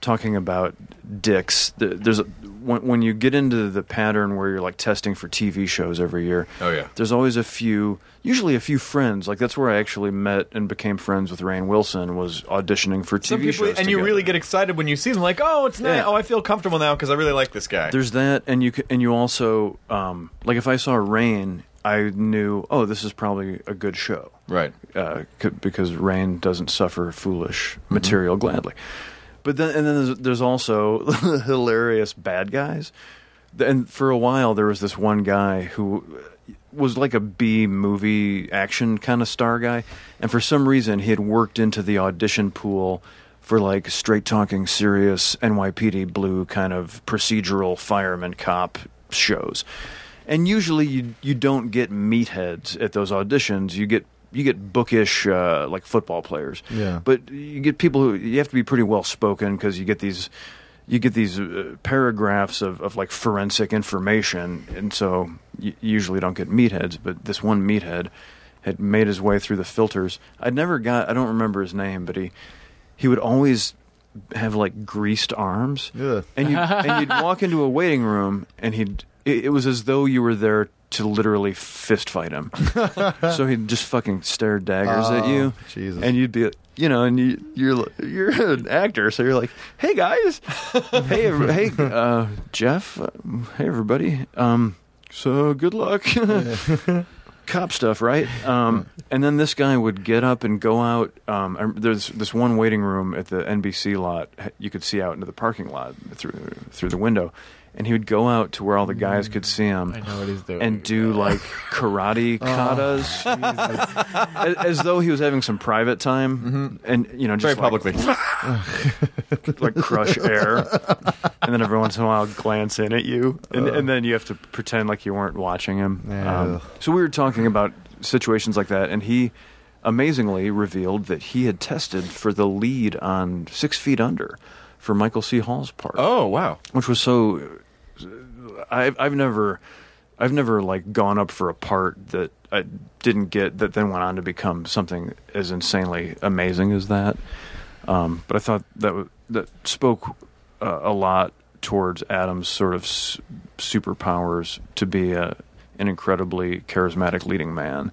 Speaker 3: talking about dicks. Th- There's a, when, when you get into the pattern where you're like testing for TV shows every year.
Speaker 1: Oh, yeah.
Speaker 3: There's always a few, usually a few friends. Like that's where I actually met and became friends with Rain Wilson. Was auditioning for TV
Speaker 1: Some people,
Speaker 3: shows,
Speaker 1: and you
Speaker 3: together.
Speaker 1: really get excited when you see them. Like, oh, it's nice.
Speaker 3: Yeah.
Speaker 1: Oh, I feel comfortable now because I really like this guy.
Speaker 3: There's that, and you c- and you also um, like if I saw Rain, I knew oh this is probably a good show,
Speaker 1: Right.
Speaker 3: Uh, c- because Rain doesn't suffer foolish material gladly. But then and then there's, there's also *laughs* hilarious bad guys, Th- and for a while there was this one guy who was like a B movie action kind of star guy, and for some reason he had worked into the audition pool for like straight talking, serious NYPD blue kind of procedural fireman cop shows. And usually you you don't get meatheads at those auditions. You get you get bookish uh, like football players.
Speaker 2: Yeah.
Speaker 3: But you get people who you have to be pretty well spoken because you get these you get these uh, paragraphs of, of like forensic information, and so you you usually don't get meatheads. But this one meathead had made his way through the filters. I'd never got I don't remember his name, but he he would always have like greased arms,
Speaker 2: Ugh.
Speaker 3: and you and
Speaker 2: *laughs*
Speaker 3: you'd walk into a waiting room, and he'd it, it was as though you were there to literally fist fight
Speaker 2: *laughs*
Speaker 3: him. so he'd just fucking stare daggers at
Speaker 2: Oh,
Speaker 3: you,
Speaker 7: *laughs*
Speaker 2: Jesus.
Speaker 3: and you'd be you know, and you you're you're an actor, so you're like, hey guys,
Speaker 7: *laughs*
Speaker 3: hey every- hey uh, Jeff, uh, hey everybody, um, so good luck. *laughs* Cop stuff, right? Um, and then this guy would get up and go out. Um, I rem- there's this one waiting room at the NBC lot. h- You could see out into the parking lot through through the window, and he would go out to where all the guys could see him
Speaker 7: Mm. I know what he's doing.
Speaker 1: Oh,
Speaker 3: and do like
Speaker 1: *laughs*
Speaker 3: karate katas as, as though he was having some private time and you know just
Speaker 1: Mm-hmm. Very
Speaker 3: like-
Speaker 1: publicly.
Speaker 3: *laughs*
Speaker 1: *laughs*
Speaker 3: like crush air and then every once in a while glance in at you
Speaker 1: Uh.
Speaker 3: and, and then you have to pretend like you weren't watching him Um,
Speaker 2: Ugh.
Speaker 3: so we were talking about situations like that and he amazingly revealed that he had tested for the lead on six feet under for michael c hall's part
Speaker 1: oh wow.
Speaker 3: which was so I've I've never I've never like gone up for a part that I didn't get that then went on to become something as insanely amazing as that. Um, but I thought that w- that spoke uh, a lot towards Adam's sort of s- superpowers to be a, an incredibly charismatic leading man.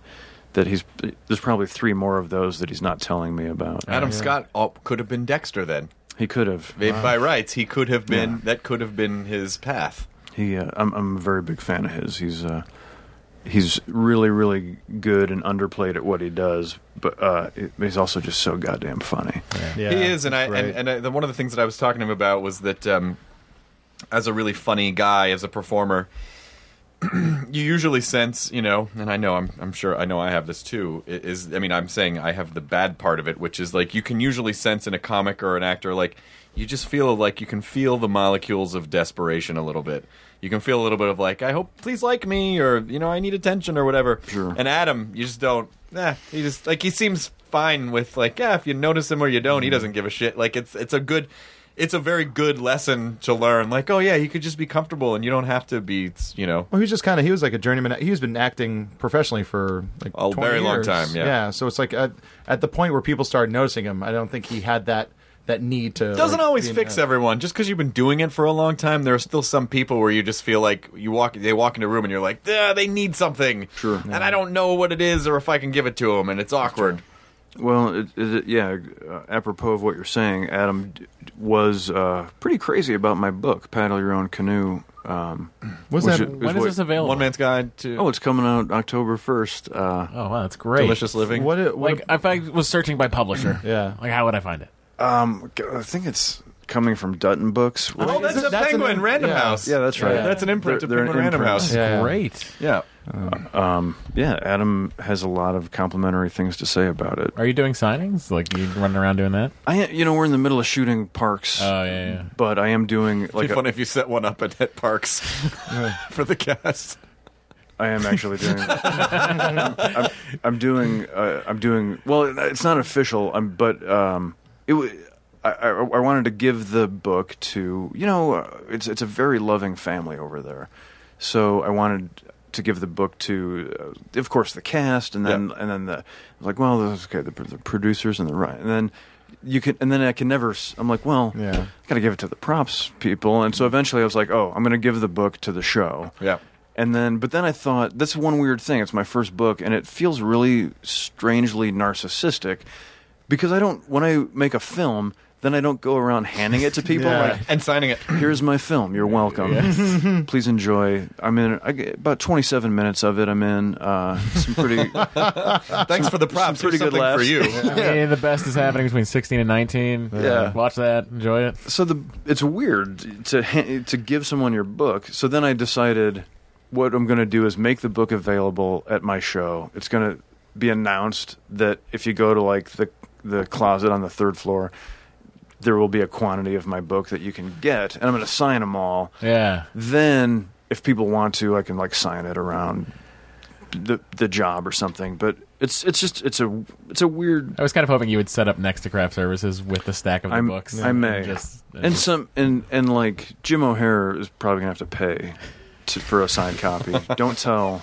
Speaker 3: That he's there's probably three more of those that he's not telling me about.
Speaker 1: Adam Scott oh, could have been Dexter then.
Speaker 3: He could have.
Speaker 1: By- By rights, he could have been.
Speaker 3: Yeah.
Speaker 1: That could have been his path.
Speaker 3: He, uh, I'm, I'm a very big fan of his. He's, uh, he's really, really good and underplayed at what he does, but uh, it- he's also just so goddamn funny.
Speaker 2: Yeah,
Speaker 1: he is, and I
Speaker 2: that's right.
Speaker 1: and, and I, the, one of the things that I was talking to him about was that um, as a really funny guy, as a performer, you usually sense, you know, and I know I'm, I'm sure I know I have this too. i- Is I mean I'm saying I have the bad part of it, which is like you can usually sense in a comic or an actor like you just feel like you can feel the molecules of desperation a little bit. You can feel a little bit of like I hope please like me or you know I need attention or whatever. Sure. And Adam, you just don't. Nah, he just like he seems fine with like yeah if you notice him or you don't, he doesn't give a shit. Like it's it's a good it's a very good lesson to learn. Like, oh yeah, you could just be comfortable, and you don't have to be, you know.
Speaker 2: Well, he was just kind of he was like a journeyman. He's been acting professionally for like
Speaker 1: A
Speaker 2: 20
Speaker 1: very long
Speaker 2: years.
Speaker 1: time, yeah.
Speaker 2: yeah. So it's like at, at the point where people started noticing him, I don't think he had that that need to.
Speaker 1: Doesn't
Speaker 2: like,
Speaker 1: always
Speaker 2: be in-
Speaker 1: fix everyone. Just because you've been doing it for a long time, there are still some people where you just feel like you walk, they walk into a room, and you're like, "Ah, they need something, sure, and I don't know what it is or if I can give it to them, and it's awkward.
Speaker 3: Well, it, it, yeah, uh, apropos of what you're saying, Adam d- d- was uh, pretty crazy about my book, Paddle Your Own Canoe.
Speaker 7: *clears throat*
Speaker 3: Um,
Speaker 7: What's
Speaker 3: which
Speaker 7: that-
Speaker 3: i-
Speaker 7: when is this available? One Man's
Speaker 1: Guide to.
Speaker 3: Oh, it's coming out October 1st. Uh,
Speaker 7: oh, wow, that's great.
Speaker 3: What, it, what
Speaker 7: like, if I was searching by publisher, yeah, like how would I find it?
Speaker 3: Um, g- I think it's coming from Dutton Books.
Speaker 7: Oh, that's
Speaker 3: Is it-
Speaker 7: a Penguin Random
Speaker 3: yeah.
Speaker 7: House.
Speaker 3: Yeah, that's right.
Speaker 7: Yeah. That's an imprint of
Speaker 3: an
Speaker 7: Penguin Random
Speaker 3: imprint.
Speaker 7: House. That's great.
Speaker 1: Yeah.
Speaker 3: Um, yeah, Adam has a lot of complimentary things to say about it.
Speaker 7: Are you doing signings? Like you running around doing that?
Speaker 3: I, you know, we're in the middle of shooting parks. Oh yeah, yeah. But I am doing like
Speaker 1: It'd be
Speaker 3: a-
Speaker 1: fun if you set one up at, at parks *laughs* for the cast.
Speaker 3: I am actually doing. I'm, I'm doing. Uh, I'm doing. Well, it's not official. I'm, but um, it. wa- I, I, I wanted to give the book to you know. uh, It's it's a very loving family over there, so I wanted to give the book to, uh, of course, the cast, and then and then the like. Well, those- okay, the, the producers and the right, and then you can and then I can never. s- I'm like, well, yeah, gotta give it to the props people, and so eventually I was like, oh, I'm gonna give the book to the show.
Speaker 1: Yeah.
Speaker 3: And then, but then I thought that's one weird thing. It's my first book, and it feels really strangely narcissistic because I don't. When I make a film, then I don't go around handing it
Speaker 1: *laughs*
Speaker 3: to people
Speaker 1: Yeah.
Speaker 3: like
Speaker 1: and signing
Speaker 3: *laughs*
Speaker 1: it.
Speaker 3: Here's my film. You're welcome.
Speaker 1: Yes.
Speaker 3: Please enjoy. I'm in I get about 27 minutes of it. I'm in uh,
Speaker 1: *laughs*
Speaker 3: some pretty.
Speaker 1: Thanks for the props.
Speaker 3: Some pretty
Speaker 1: Here's something
Speaker 3: good
Speaker 1: for
Speaker 3: laughs. *laughs*
Speaker 1: you.
Speaker 7: Any of the best is happening between 16 and 19.
Speaker 3: Yeah.
Speaker 7: watch that, enjoy it.
Speaker 3: So the it's weird to ha- to give someone your book. So then I decided what I'm going to do is make the book available at my show. It's going to be announced that if you go to like the the closet on the third floor, there will be a quantity of my book that you can get, and I'm going to sign them all.
Speaker 7: Yeah.
Speaker 3: Then if people want to, I can like sign it around the the job or something. But it's it's just it's a it's a weird.
Speaker 7: I was kind of hoping you would set up next to craft services with the stack of the
Speaker 3: I'm-
Speaker 7: books.
Speaker 3: I may,
Speaker 7: And just-
Speaker 3: and some, and and like Jim O'Hare is probably gonna have to pay to, for a
Speaker 7: *laughs*
Speaker 3: signed copy. Don't tell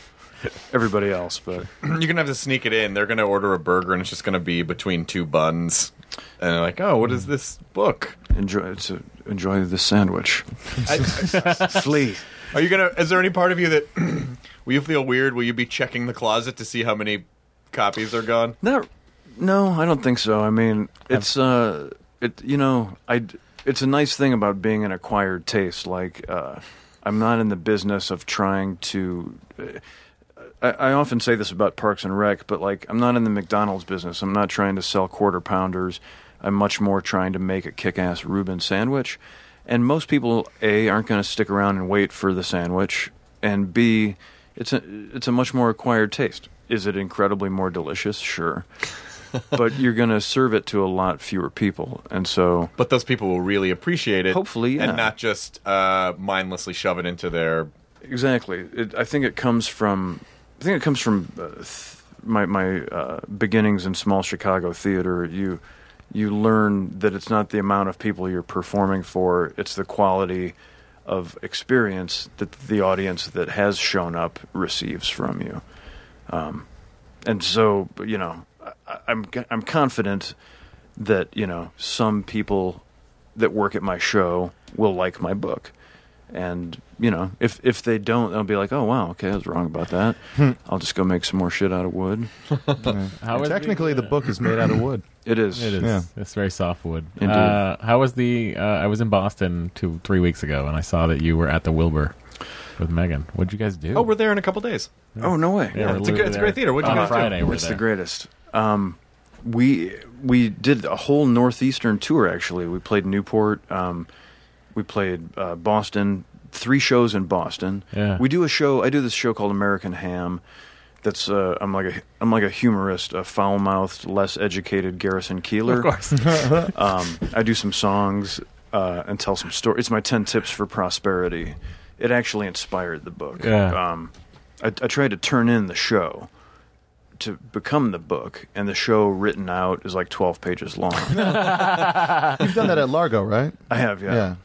Speaker 3: everybody else, but
Speaker 1: You're gonna have to sneak it in. They're gonna order a burger, and it's just gonna be between two buns. And they're like, "Oh, what is this book?"
Speaker 3: enjoy to enjoy the sandwich. *laughs*
Speaker 1: Flee. Are you gonna? Is there any part of you that *clears throat* will you feel weird? Will you be checking the closet to see how many copies are gone?
Speaker 3: No, no, I don't think so. I mean, it's uh, it you know, I it's a nice thing about being an acquired taste. Like, uh, I'm not in the business of trying to. I, I often say this about Parks and Rec, but like, I'm not in the McDonald's business. I'm not trying to sell quarter pounders. I'm much more trying to make a kick-ass Reuben sandwich. And most people, a, aren't going to stick around and wait for the sandwich, and b, it's a it's a much more acquired taste. Is it incredibly more delicious? Sure, but you're going to serve it to a lot fewer people, and so
Speaker 1: But those people will really appreciate it,
Speaker 3: Hopefully, yeah.
Speaker 1: and not just uh, mindlessly shove it into their.
Speaker 3: exactly. It, I think it comes from I think it comes from uh, th- my my uh, beginnings in small Chicago theater. You you learn that it's not the amount of people you're performing for; it's the quality of experience that the audience that has shown up receives from you. Um, and so, you know, I, I'm I'm confident that you know some people that work at my show will like my book, and you know if if they don't, they'll be like, oh wow, okay, I was wrong about that.
Speaker 7: Hmm.
Speaker 3: I'll just go make some more shit out of wood.
Speaker 7: How is
Speaker 2: Technically, the book is made out of wood.
Speaker 3: It is.
Speaker 7: It is.
Speaker 3: Yeah.
Speaker 7: It's very soft wood.
Speaker 3: Indeed.
Speaker 7: Uh, how was the? Uh, I was in Boston two, three weeks ago, and I saw that you were at the Wilbur with Megan. What'd you guys do?
Speaker 1: Oh, we're there in a couple days.
Speaker 3: Oh no way!
Speaker 7: Yeah, we're
Speaker 1: it's, a, good-
Speaker 7: literally
Speaker 1: it's a
Speaker 7: there.
Speaker 1: great theater. What you
Speaker 7: On
Speaker 1: guys
Speaker 7: Friday,
Speaker 1: do?
Speaker 7: we're
Speaker 3: it's
Speaker 7: there.
Speaker 3: the greatest. Um, we we did a whole northeastern tour. Actually, we played Newport. Um, we played uh, Boston, three shows in Boston.
Speaker 7: Yeah.
Speaker 3: We do a show. I do this show called American Ham. That's uh, I'm like a I'm like a humorist, a foul mouthed, less educated Garrison Keeler.
Speaker 8: Of
Speaker 7: *laughs*
Speaker 8: course.
Speaker 3: um, I do some songs uh, and tell some stories. It's my ten tips for prosperity. It actually inspired the book.
Speaker 7: Yeah.
Speaker 3: Um, I, I tried to turn in the show to become the book, and the show written out is like twelve pages long.
Speaker 2: You've done that at
Speaker 1: *laughs*
Speaker 2: Largo, right?
Speaker 3: I have, yeah.
Speaker 2: Yeah.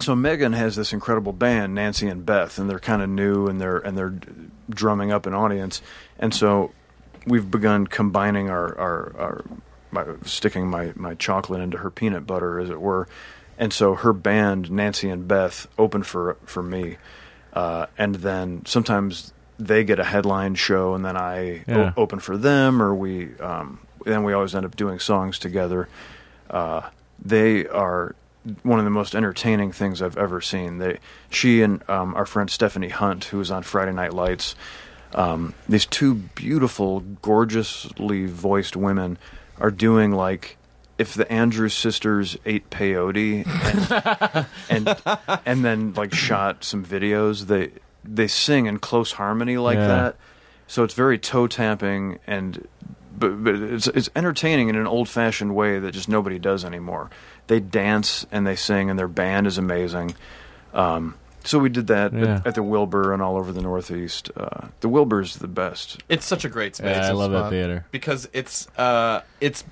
Speaker 3: So Megan has this incredible band, Nancy and Beth, and they're kind of new and they're and they're d- drumming up an audience. And so we've begun combining our our, our my, sticking my my chocolate into her peanut butter, as it were. And so her band, Nancy and Beth, opened for for me, uh, and then sometimes they get a headline show, and then I o-
Speaker 7: Yeah.
Speaker 3: open for them, or we um, then we always end up doing songs together. Uh, they are one of the most entertaining things I've ever seen. They, she and um, our friend Stephanie Hunt, who was on Friday Night Lights, um, these two beautiful, gorgeously voiced women are doing like if the Andrews sisters ate peyote and *laughs* and, and then like shot some videos. They they sing in close harmony like
Speaker 7: Yeah.
Speaker 3: that, so it's very toe tapping and but, but it's it's entertaining in an old fashioned way that just nobody does anymore. They dance and they sing and their band is amazing. Um, so we did that
Speaker 7: Yeah.
Speaker 3: at, at the Wilbur and all over the Northeast. Uh, the Wilbur's the best.
Speaker 1: It's such a great space.
Speaker 7: Yeah, I love that theater.
Speaker 1: because it's uh, it's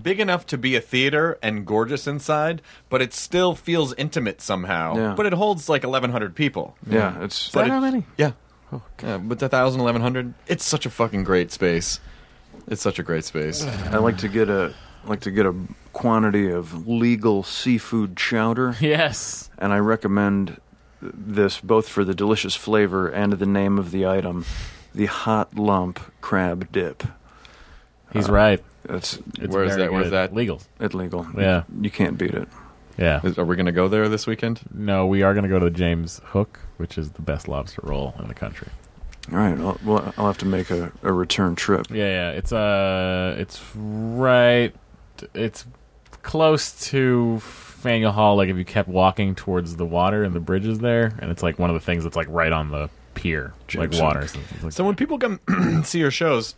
Speaker 1: big enough to be a theater and gorgeous inside, but it still feels intimate somehow.
Speaker 3: Yeah.
Speaker 1: But it holds like 1,100 people.
Speaker 3: Yeah, it's- Is
Speaker 1: but
Speaker 3: that
Speaker 1: it-
Speaker 3: how many?
Speaker 1: Yeah. yeah, but the 1,000, 1,100, it's such a fucking great space. It's such a great space.
Speaker 3: I like to get a like to get a quantity of legal seafood chowder.
Speaker 7: Yes.
Speaker 3: And I recommend th- this both for the delicious flavor and the name of the item, the hot lump crab dip.
Speaker 7: He's right.
Speaker 3: That's
Speaker 7: It's Where is very that? Where is good. that? Legal.
Speaker 3: At legal.
Speaker 7: Yeah.
Speaker 3: You can't beat it.
Speaker 7: Yeah.
Speaker 1: Are we going to go there this weekend?
Speaker 7: No, we are going to go to James Hook, which is the best lobster roll in the country.
Speaker 3: All right. I'll, well, I'll have to make a, a return trip.
Speaker 7: Yeah, yeah. It's uh, it's right. It's close to Faneuil Hall. Like if you kept walking towards the water and the bridges there, and it's like one of the things that's like right on the pier, like
Speaker 1: Jameson.
Speaker 7: water. So it's like-
Speaker 1: So when people come *clears throat* see your shows,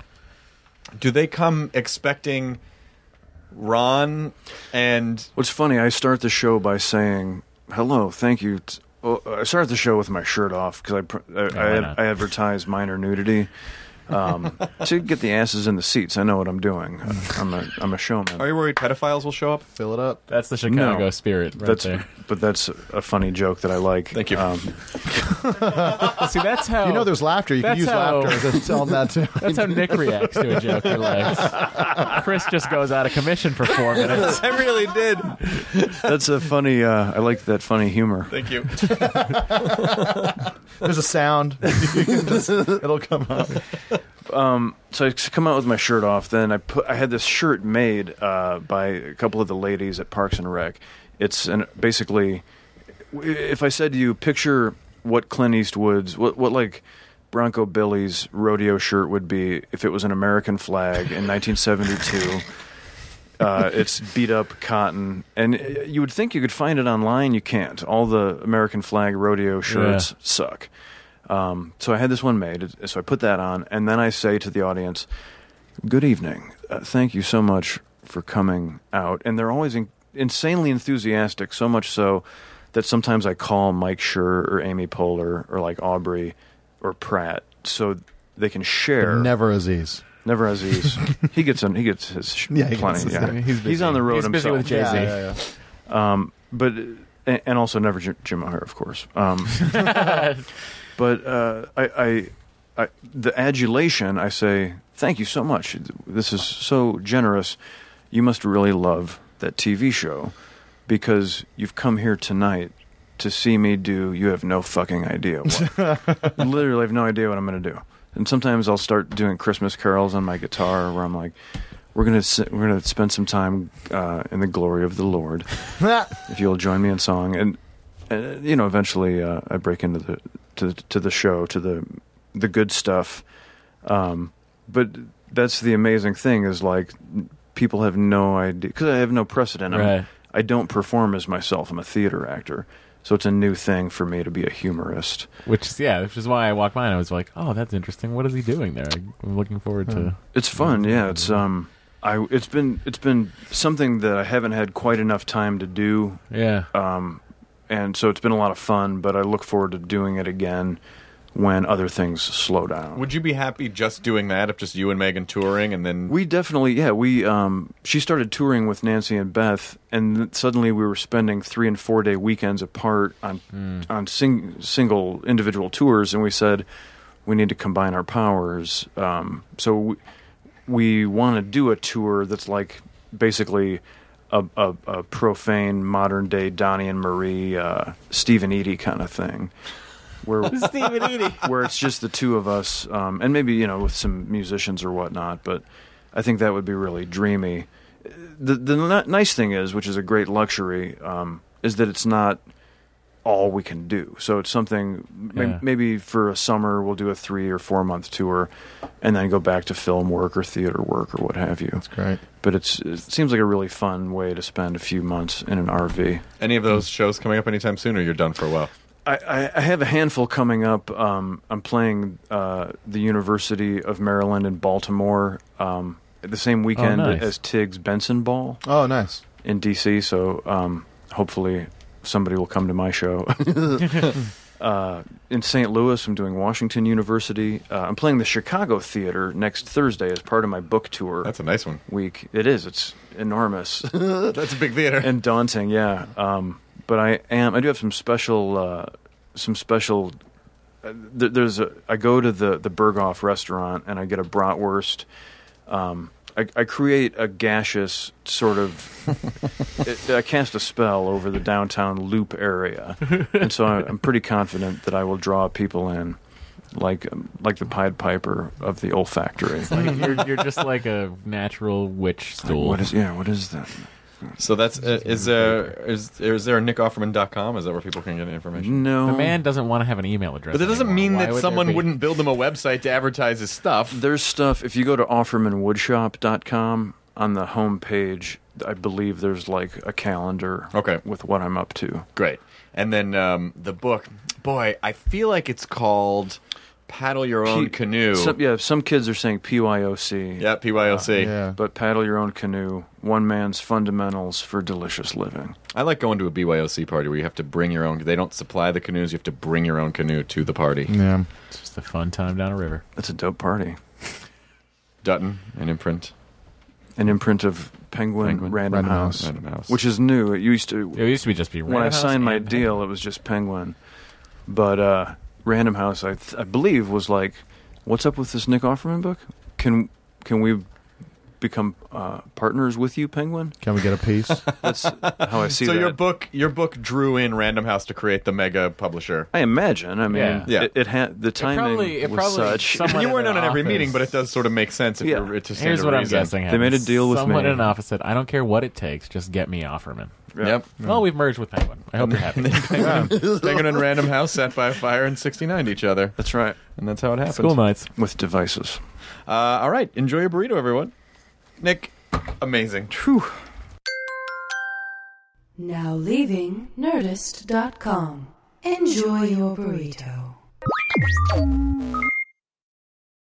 Speaker 1: do they come expecting Ron and
Speaker 3: What's funny, I start the show by saying, hello, thank you. t- oh, I start the show with my shirt off because I, pr- I,
Speaker 7: why
Speaker 3: I,
Speaker 7: not?
Speaker 3: I advertise minor nudity
Speaker 7: *laughs*
Speaker 3: um, to get the asses in the seats. I know what I'm doing. I'm a, I'm a showman.
Speaker 1: Are you worried pedophiles will show up?
Speaker 2: Fill it up.
Speaker 7: that's the Chicago spirit, right
Speaker 3: that's,
Speaker 7: there.
Speaker 3: But that's a funny joke that I like. Thank you.
Speaker 7: *laughs*
Speaker 3: Um,
Speaker 7: See, that's how
Speaker 2: You
Speaker 7: *laughs*
Speaker 2: know, there's laughter. You can
Speaker 7: Oh. That's
Speaker 2: use
Speaker 7: how- *laughs*
Speaker 2: laughter to tell them that too.
Speaker 7: That's how Nick reacts to a joke. He likes. *laughs* Chris just goes out of commission for four minutes.
Speaker 1: I really did.
Speaker 3: that's a funny. Uh, I like that funny humor.
Speaker 1: Thank you.
Speaker 2: *laughs* There's
Speaker 7: *laughs*
Speaker 2: a sound. You can just- it'll come up.
Speaker 3: um, so I come out with my shirt off. Then I put I had this shirt made uh, by a couple of the ladies at Parks and Rec. It's an basically, if I said to you, picture what Clint Eastwood's what what like Bronco Billy's rodeo shirt would be if it was an American flag in 1972. Uh, it's beat up cotton, and uh, you would think you could find it online. You can't. All the American flag rodeo shirts suck. Um, so I had this one made, it- so I put that on, and then I say to the audience, "Good evening. Uh, thank you so much for coming out." And they're always in- insanely enthusiastic, so much so that sometimes I call Mike Schur or Amy Poehler or like Aubrey or Pratt, so they can share.
Speaker 2: Never Aziz.
Speaker 3: Never
Speaker 2: *laughs*
Speaker 3: Aziz. he gets on. He gets his sh-
Speaker 2: Yeah, he gets
Speaker 3: plenty.
Speaker 2: his-
Speaker 3: yeah.
Speaker 2: he's
Speaker 3: He's,
Speaker 2: busy.
Speaker 3: on the road
Speaker 7: He's busy
Speaker 3: himself.
Speaker 7: with Jay-Z.
Speaker 2: Yeah, yeah,
Speaker 3: Um, but and, and also never Jim, Jim O'Hare, of course. Um, but uh, I, I, I, the adulation, I say, thank you so much. This is so generous. You must really love that TV show because you've come here tonight to see me do. You have no fucking idea. What. Literally, I have no idea what I'm going to do. And sometimes I'll start doing Christmas carols on my guitar, where I'm like, "We're gonna si- we're gonna spend some time uh, in the glory of the Lord."
Speaker 2: yeah. *laughs*
Speaker 3: if you'll join me in song and, and you know eventually uh, I break into the to to the show to the the good stuff um but that's the amazing thing is like people have no idea cuz I have no precedent I'm-
Speaker 7: Right.
Speaker 3: I don't perform as myself I'm a theater actor So it's a new thing for me to be a humorist.
Speaker 7: Which is yeah, which is why I walked by and I was like, "Oh, that's interesting. What is he doing there?" I'm looking forward to.
Speaker 3: It's fun, yeah. It's um, I it's been it's been something that I haven't had quite enough time to do.
Speaker 7: Yeah.
Speaker 3: Um, and so it's been a lot of fun, but I look forward to doing it again when other things slow down.
Speaker 1: Would you be happy just doing that if just you and Megan touring and then
Speaker 3: We definitely, yeah, we. Um, she started touring with Nancy and Beth, and th- suddenly we were spending three and four day weekends apart on on sing, single individual tours, and we said we need to combine our powers. Um, so we, we want to do a tour that's like basically a, a, a profane modern day Donnie and Marie, uh, Steve and Edie kind of thing. Where
Speaker 7: Stephen Edie.
Speaker 3: where it's just the two of us, um, and maybe you know with some musicians or whatnot. But I think that would be really dreamy. The the n- nice thing is, which is a great luxury, um, is that it's not all we can do. So it's something may-
Speaker 7: Yeah.
Speaker 3: maybe for a summer we'll do a three or four month tour, and then go back to film work or theater work or what have you. That's
Speaker 2: great.
Speaker 3: But it's it seems like a really fun way to spend a few months in an RV.
Speaker 1: any of those shows coming up anytime soon or you're done for a while?
Speaker 3: I- I, I have a handful coming up. Um, I'm playing uh, the University of Maryland in Baltimore um, the same weekend
Speaker 2: nice.
Speaker 3: as Tiggs Benson Ball
Speaker 2: Oh, nice.
Speaker 3: in DC. So um, hopefully somebody will come to my show. uh, in St. Louis, I'm doing Washington University. Uh, I'm playing the Chicago Theater next Thursday as part of my book tour. That's
Speaker 1: a nice one.
Speaker 3: Week it is. It's enormous. *laughs* That's
Speaker 1: a big theater
Speaker 3: and daunting. Yeah. Um, but I am. I do have some special. Uh, some special. Uh, th- there's a. I go to the the Berghoff restaurant and I get a bratwurst. Um, I, I create a gaseous sort of. it, I cast a spell over the downtown loop area, and so I, I'm pretty confident that I will draw people in, like um, like the Pied Piper of the olfactory.
Speaker 7: Like, *laughs* you're, you're just like a natural witch
Speaker 3: Like,
Speaker 7: stool.
Speaker 3: what is yeah? What is that?
Speaker 1: So that's uh, is there is is there a nickofferman.com? Is that where people can get information?
Speaker 3: No,
Speaker 7: The man doesn't want to have an email address.
Speaker 1: But that doesn't
Speaker 7: anymore.
Speaker 1: mean
Speaker 7: Why
Speaker 1: that
Speaker 7: would there
Speaker 1: someone
Speaker 7: be-
Speaker 1: wouldn't build them a website to advertise his stuff.
Speaker 3: There's stuff. If you go to OffermanWoodshop.com on the home page, I believe there's like a calendar. Okay. With what I'm up to.
Speaker 1: Great. And then um, the book, boy, I feel like it's called Paddle Your Own
Speaker 3: P-
Speaker 1: Canoe.
Speaker 3: Some, yeah, some kids are saying PYOC.
Speaker 1: Yeah, PYOC. Yeah.
Speaker 3: But paddle your own canoe. One man's fundamentals for delicious living.
Speaker 1: I like going to a BYOC party where you have to bring your own. They don't supply the canoes. You have to bring your own canoe to the party.
Speaker 2: Yeah.
Speaker 7: It's just a fun time down a river.
Speaker 3: That's a dope party.
Speaker 1: Dutton, an imprint.
Speaker 3: An imprint of Penguin,
Speaker 1: Penguin.
Speaker 3: Random,
Speaker 1: Random
Speaker 3: House,
Speaker 1: House. Random House.
Speaker 3: which is new. It used to.
Speaker 7: It used to be just be
Speaker 3: when I
Speaker 7: Random House
Speaker 3: signed my
Speaker 7: and
Speaker 3: deal, it was just Penguin. But uh, Random House, I, th- I believe, was like, "What's up with this Nick Offerman book? Can can we become uh, partners with you, Penguin?"
Speaker 2: Can we get a piece? *laughs*
Speaker 3: That's how I see
Speaker 1: so
Speaker 3: that.
Speaker 1: your book, your book drew in Random House to create the mega publisher.
Speaker 3: I imagine. I mean,
Speaker 1: Yeah. Yeah.
Speaker 3: It, it had the timing
Speaker 7: probably- it
Speaker 3: was
Speaker 7: probably-
Speaker 3: such.
Speaker 7: someone
Speaker 1: *laughs* you
Speaker 7: in
Speaker 1: weren't
Speaker 7: their
Speaker 1: on at every
Speaker 7: office-
Speaker 1: meeting, but it does sort of make sense if
Speaker 3: Yeah.
Speaker 1: you're to stand
Speaker 7: Here's
Speaker 1: to
Speaker 7: what I'm
Speaker 1: reason.
Speaker 7: guessing.
Speaker 3: They made a
Speaker 7: happens.
Speaker 3: deal with
Speaker 7: someone
Speaker 3: me.
Speaker 7: in an office said, "I don't care what it takes, just get me Offerman."
Speaker 3: Yeah.
Speaker 1: Yep.
Speaker 7: Well, we've merged with Penguin. I
Speaker 1: *laughs*
Speaker 7: hope you're happy.
Speaker 1: Penguin and Random House sat by a fire and 69 each other.
Speaker 3: *laughs* That's right.
Speaker 1: And that's how it happened.
Speaker 7: School nights.
Speaker 3: with devices.
Speaker 1: Uh, all right. Enjoy your burrito, everyone. Nick, amazing.
Speaker 3: True.
Speaker 6: Now leaving Nerdist.com. Enjoy your burrito.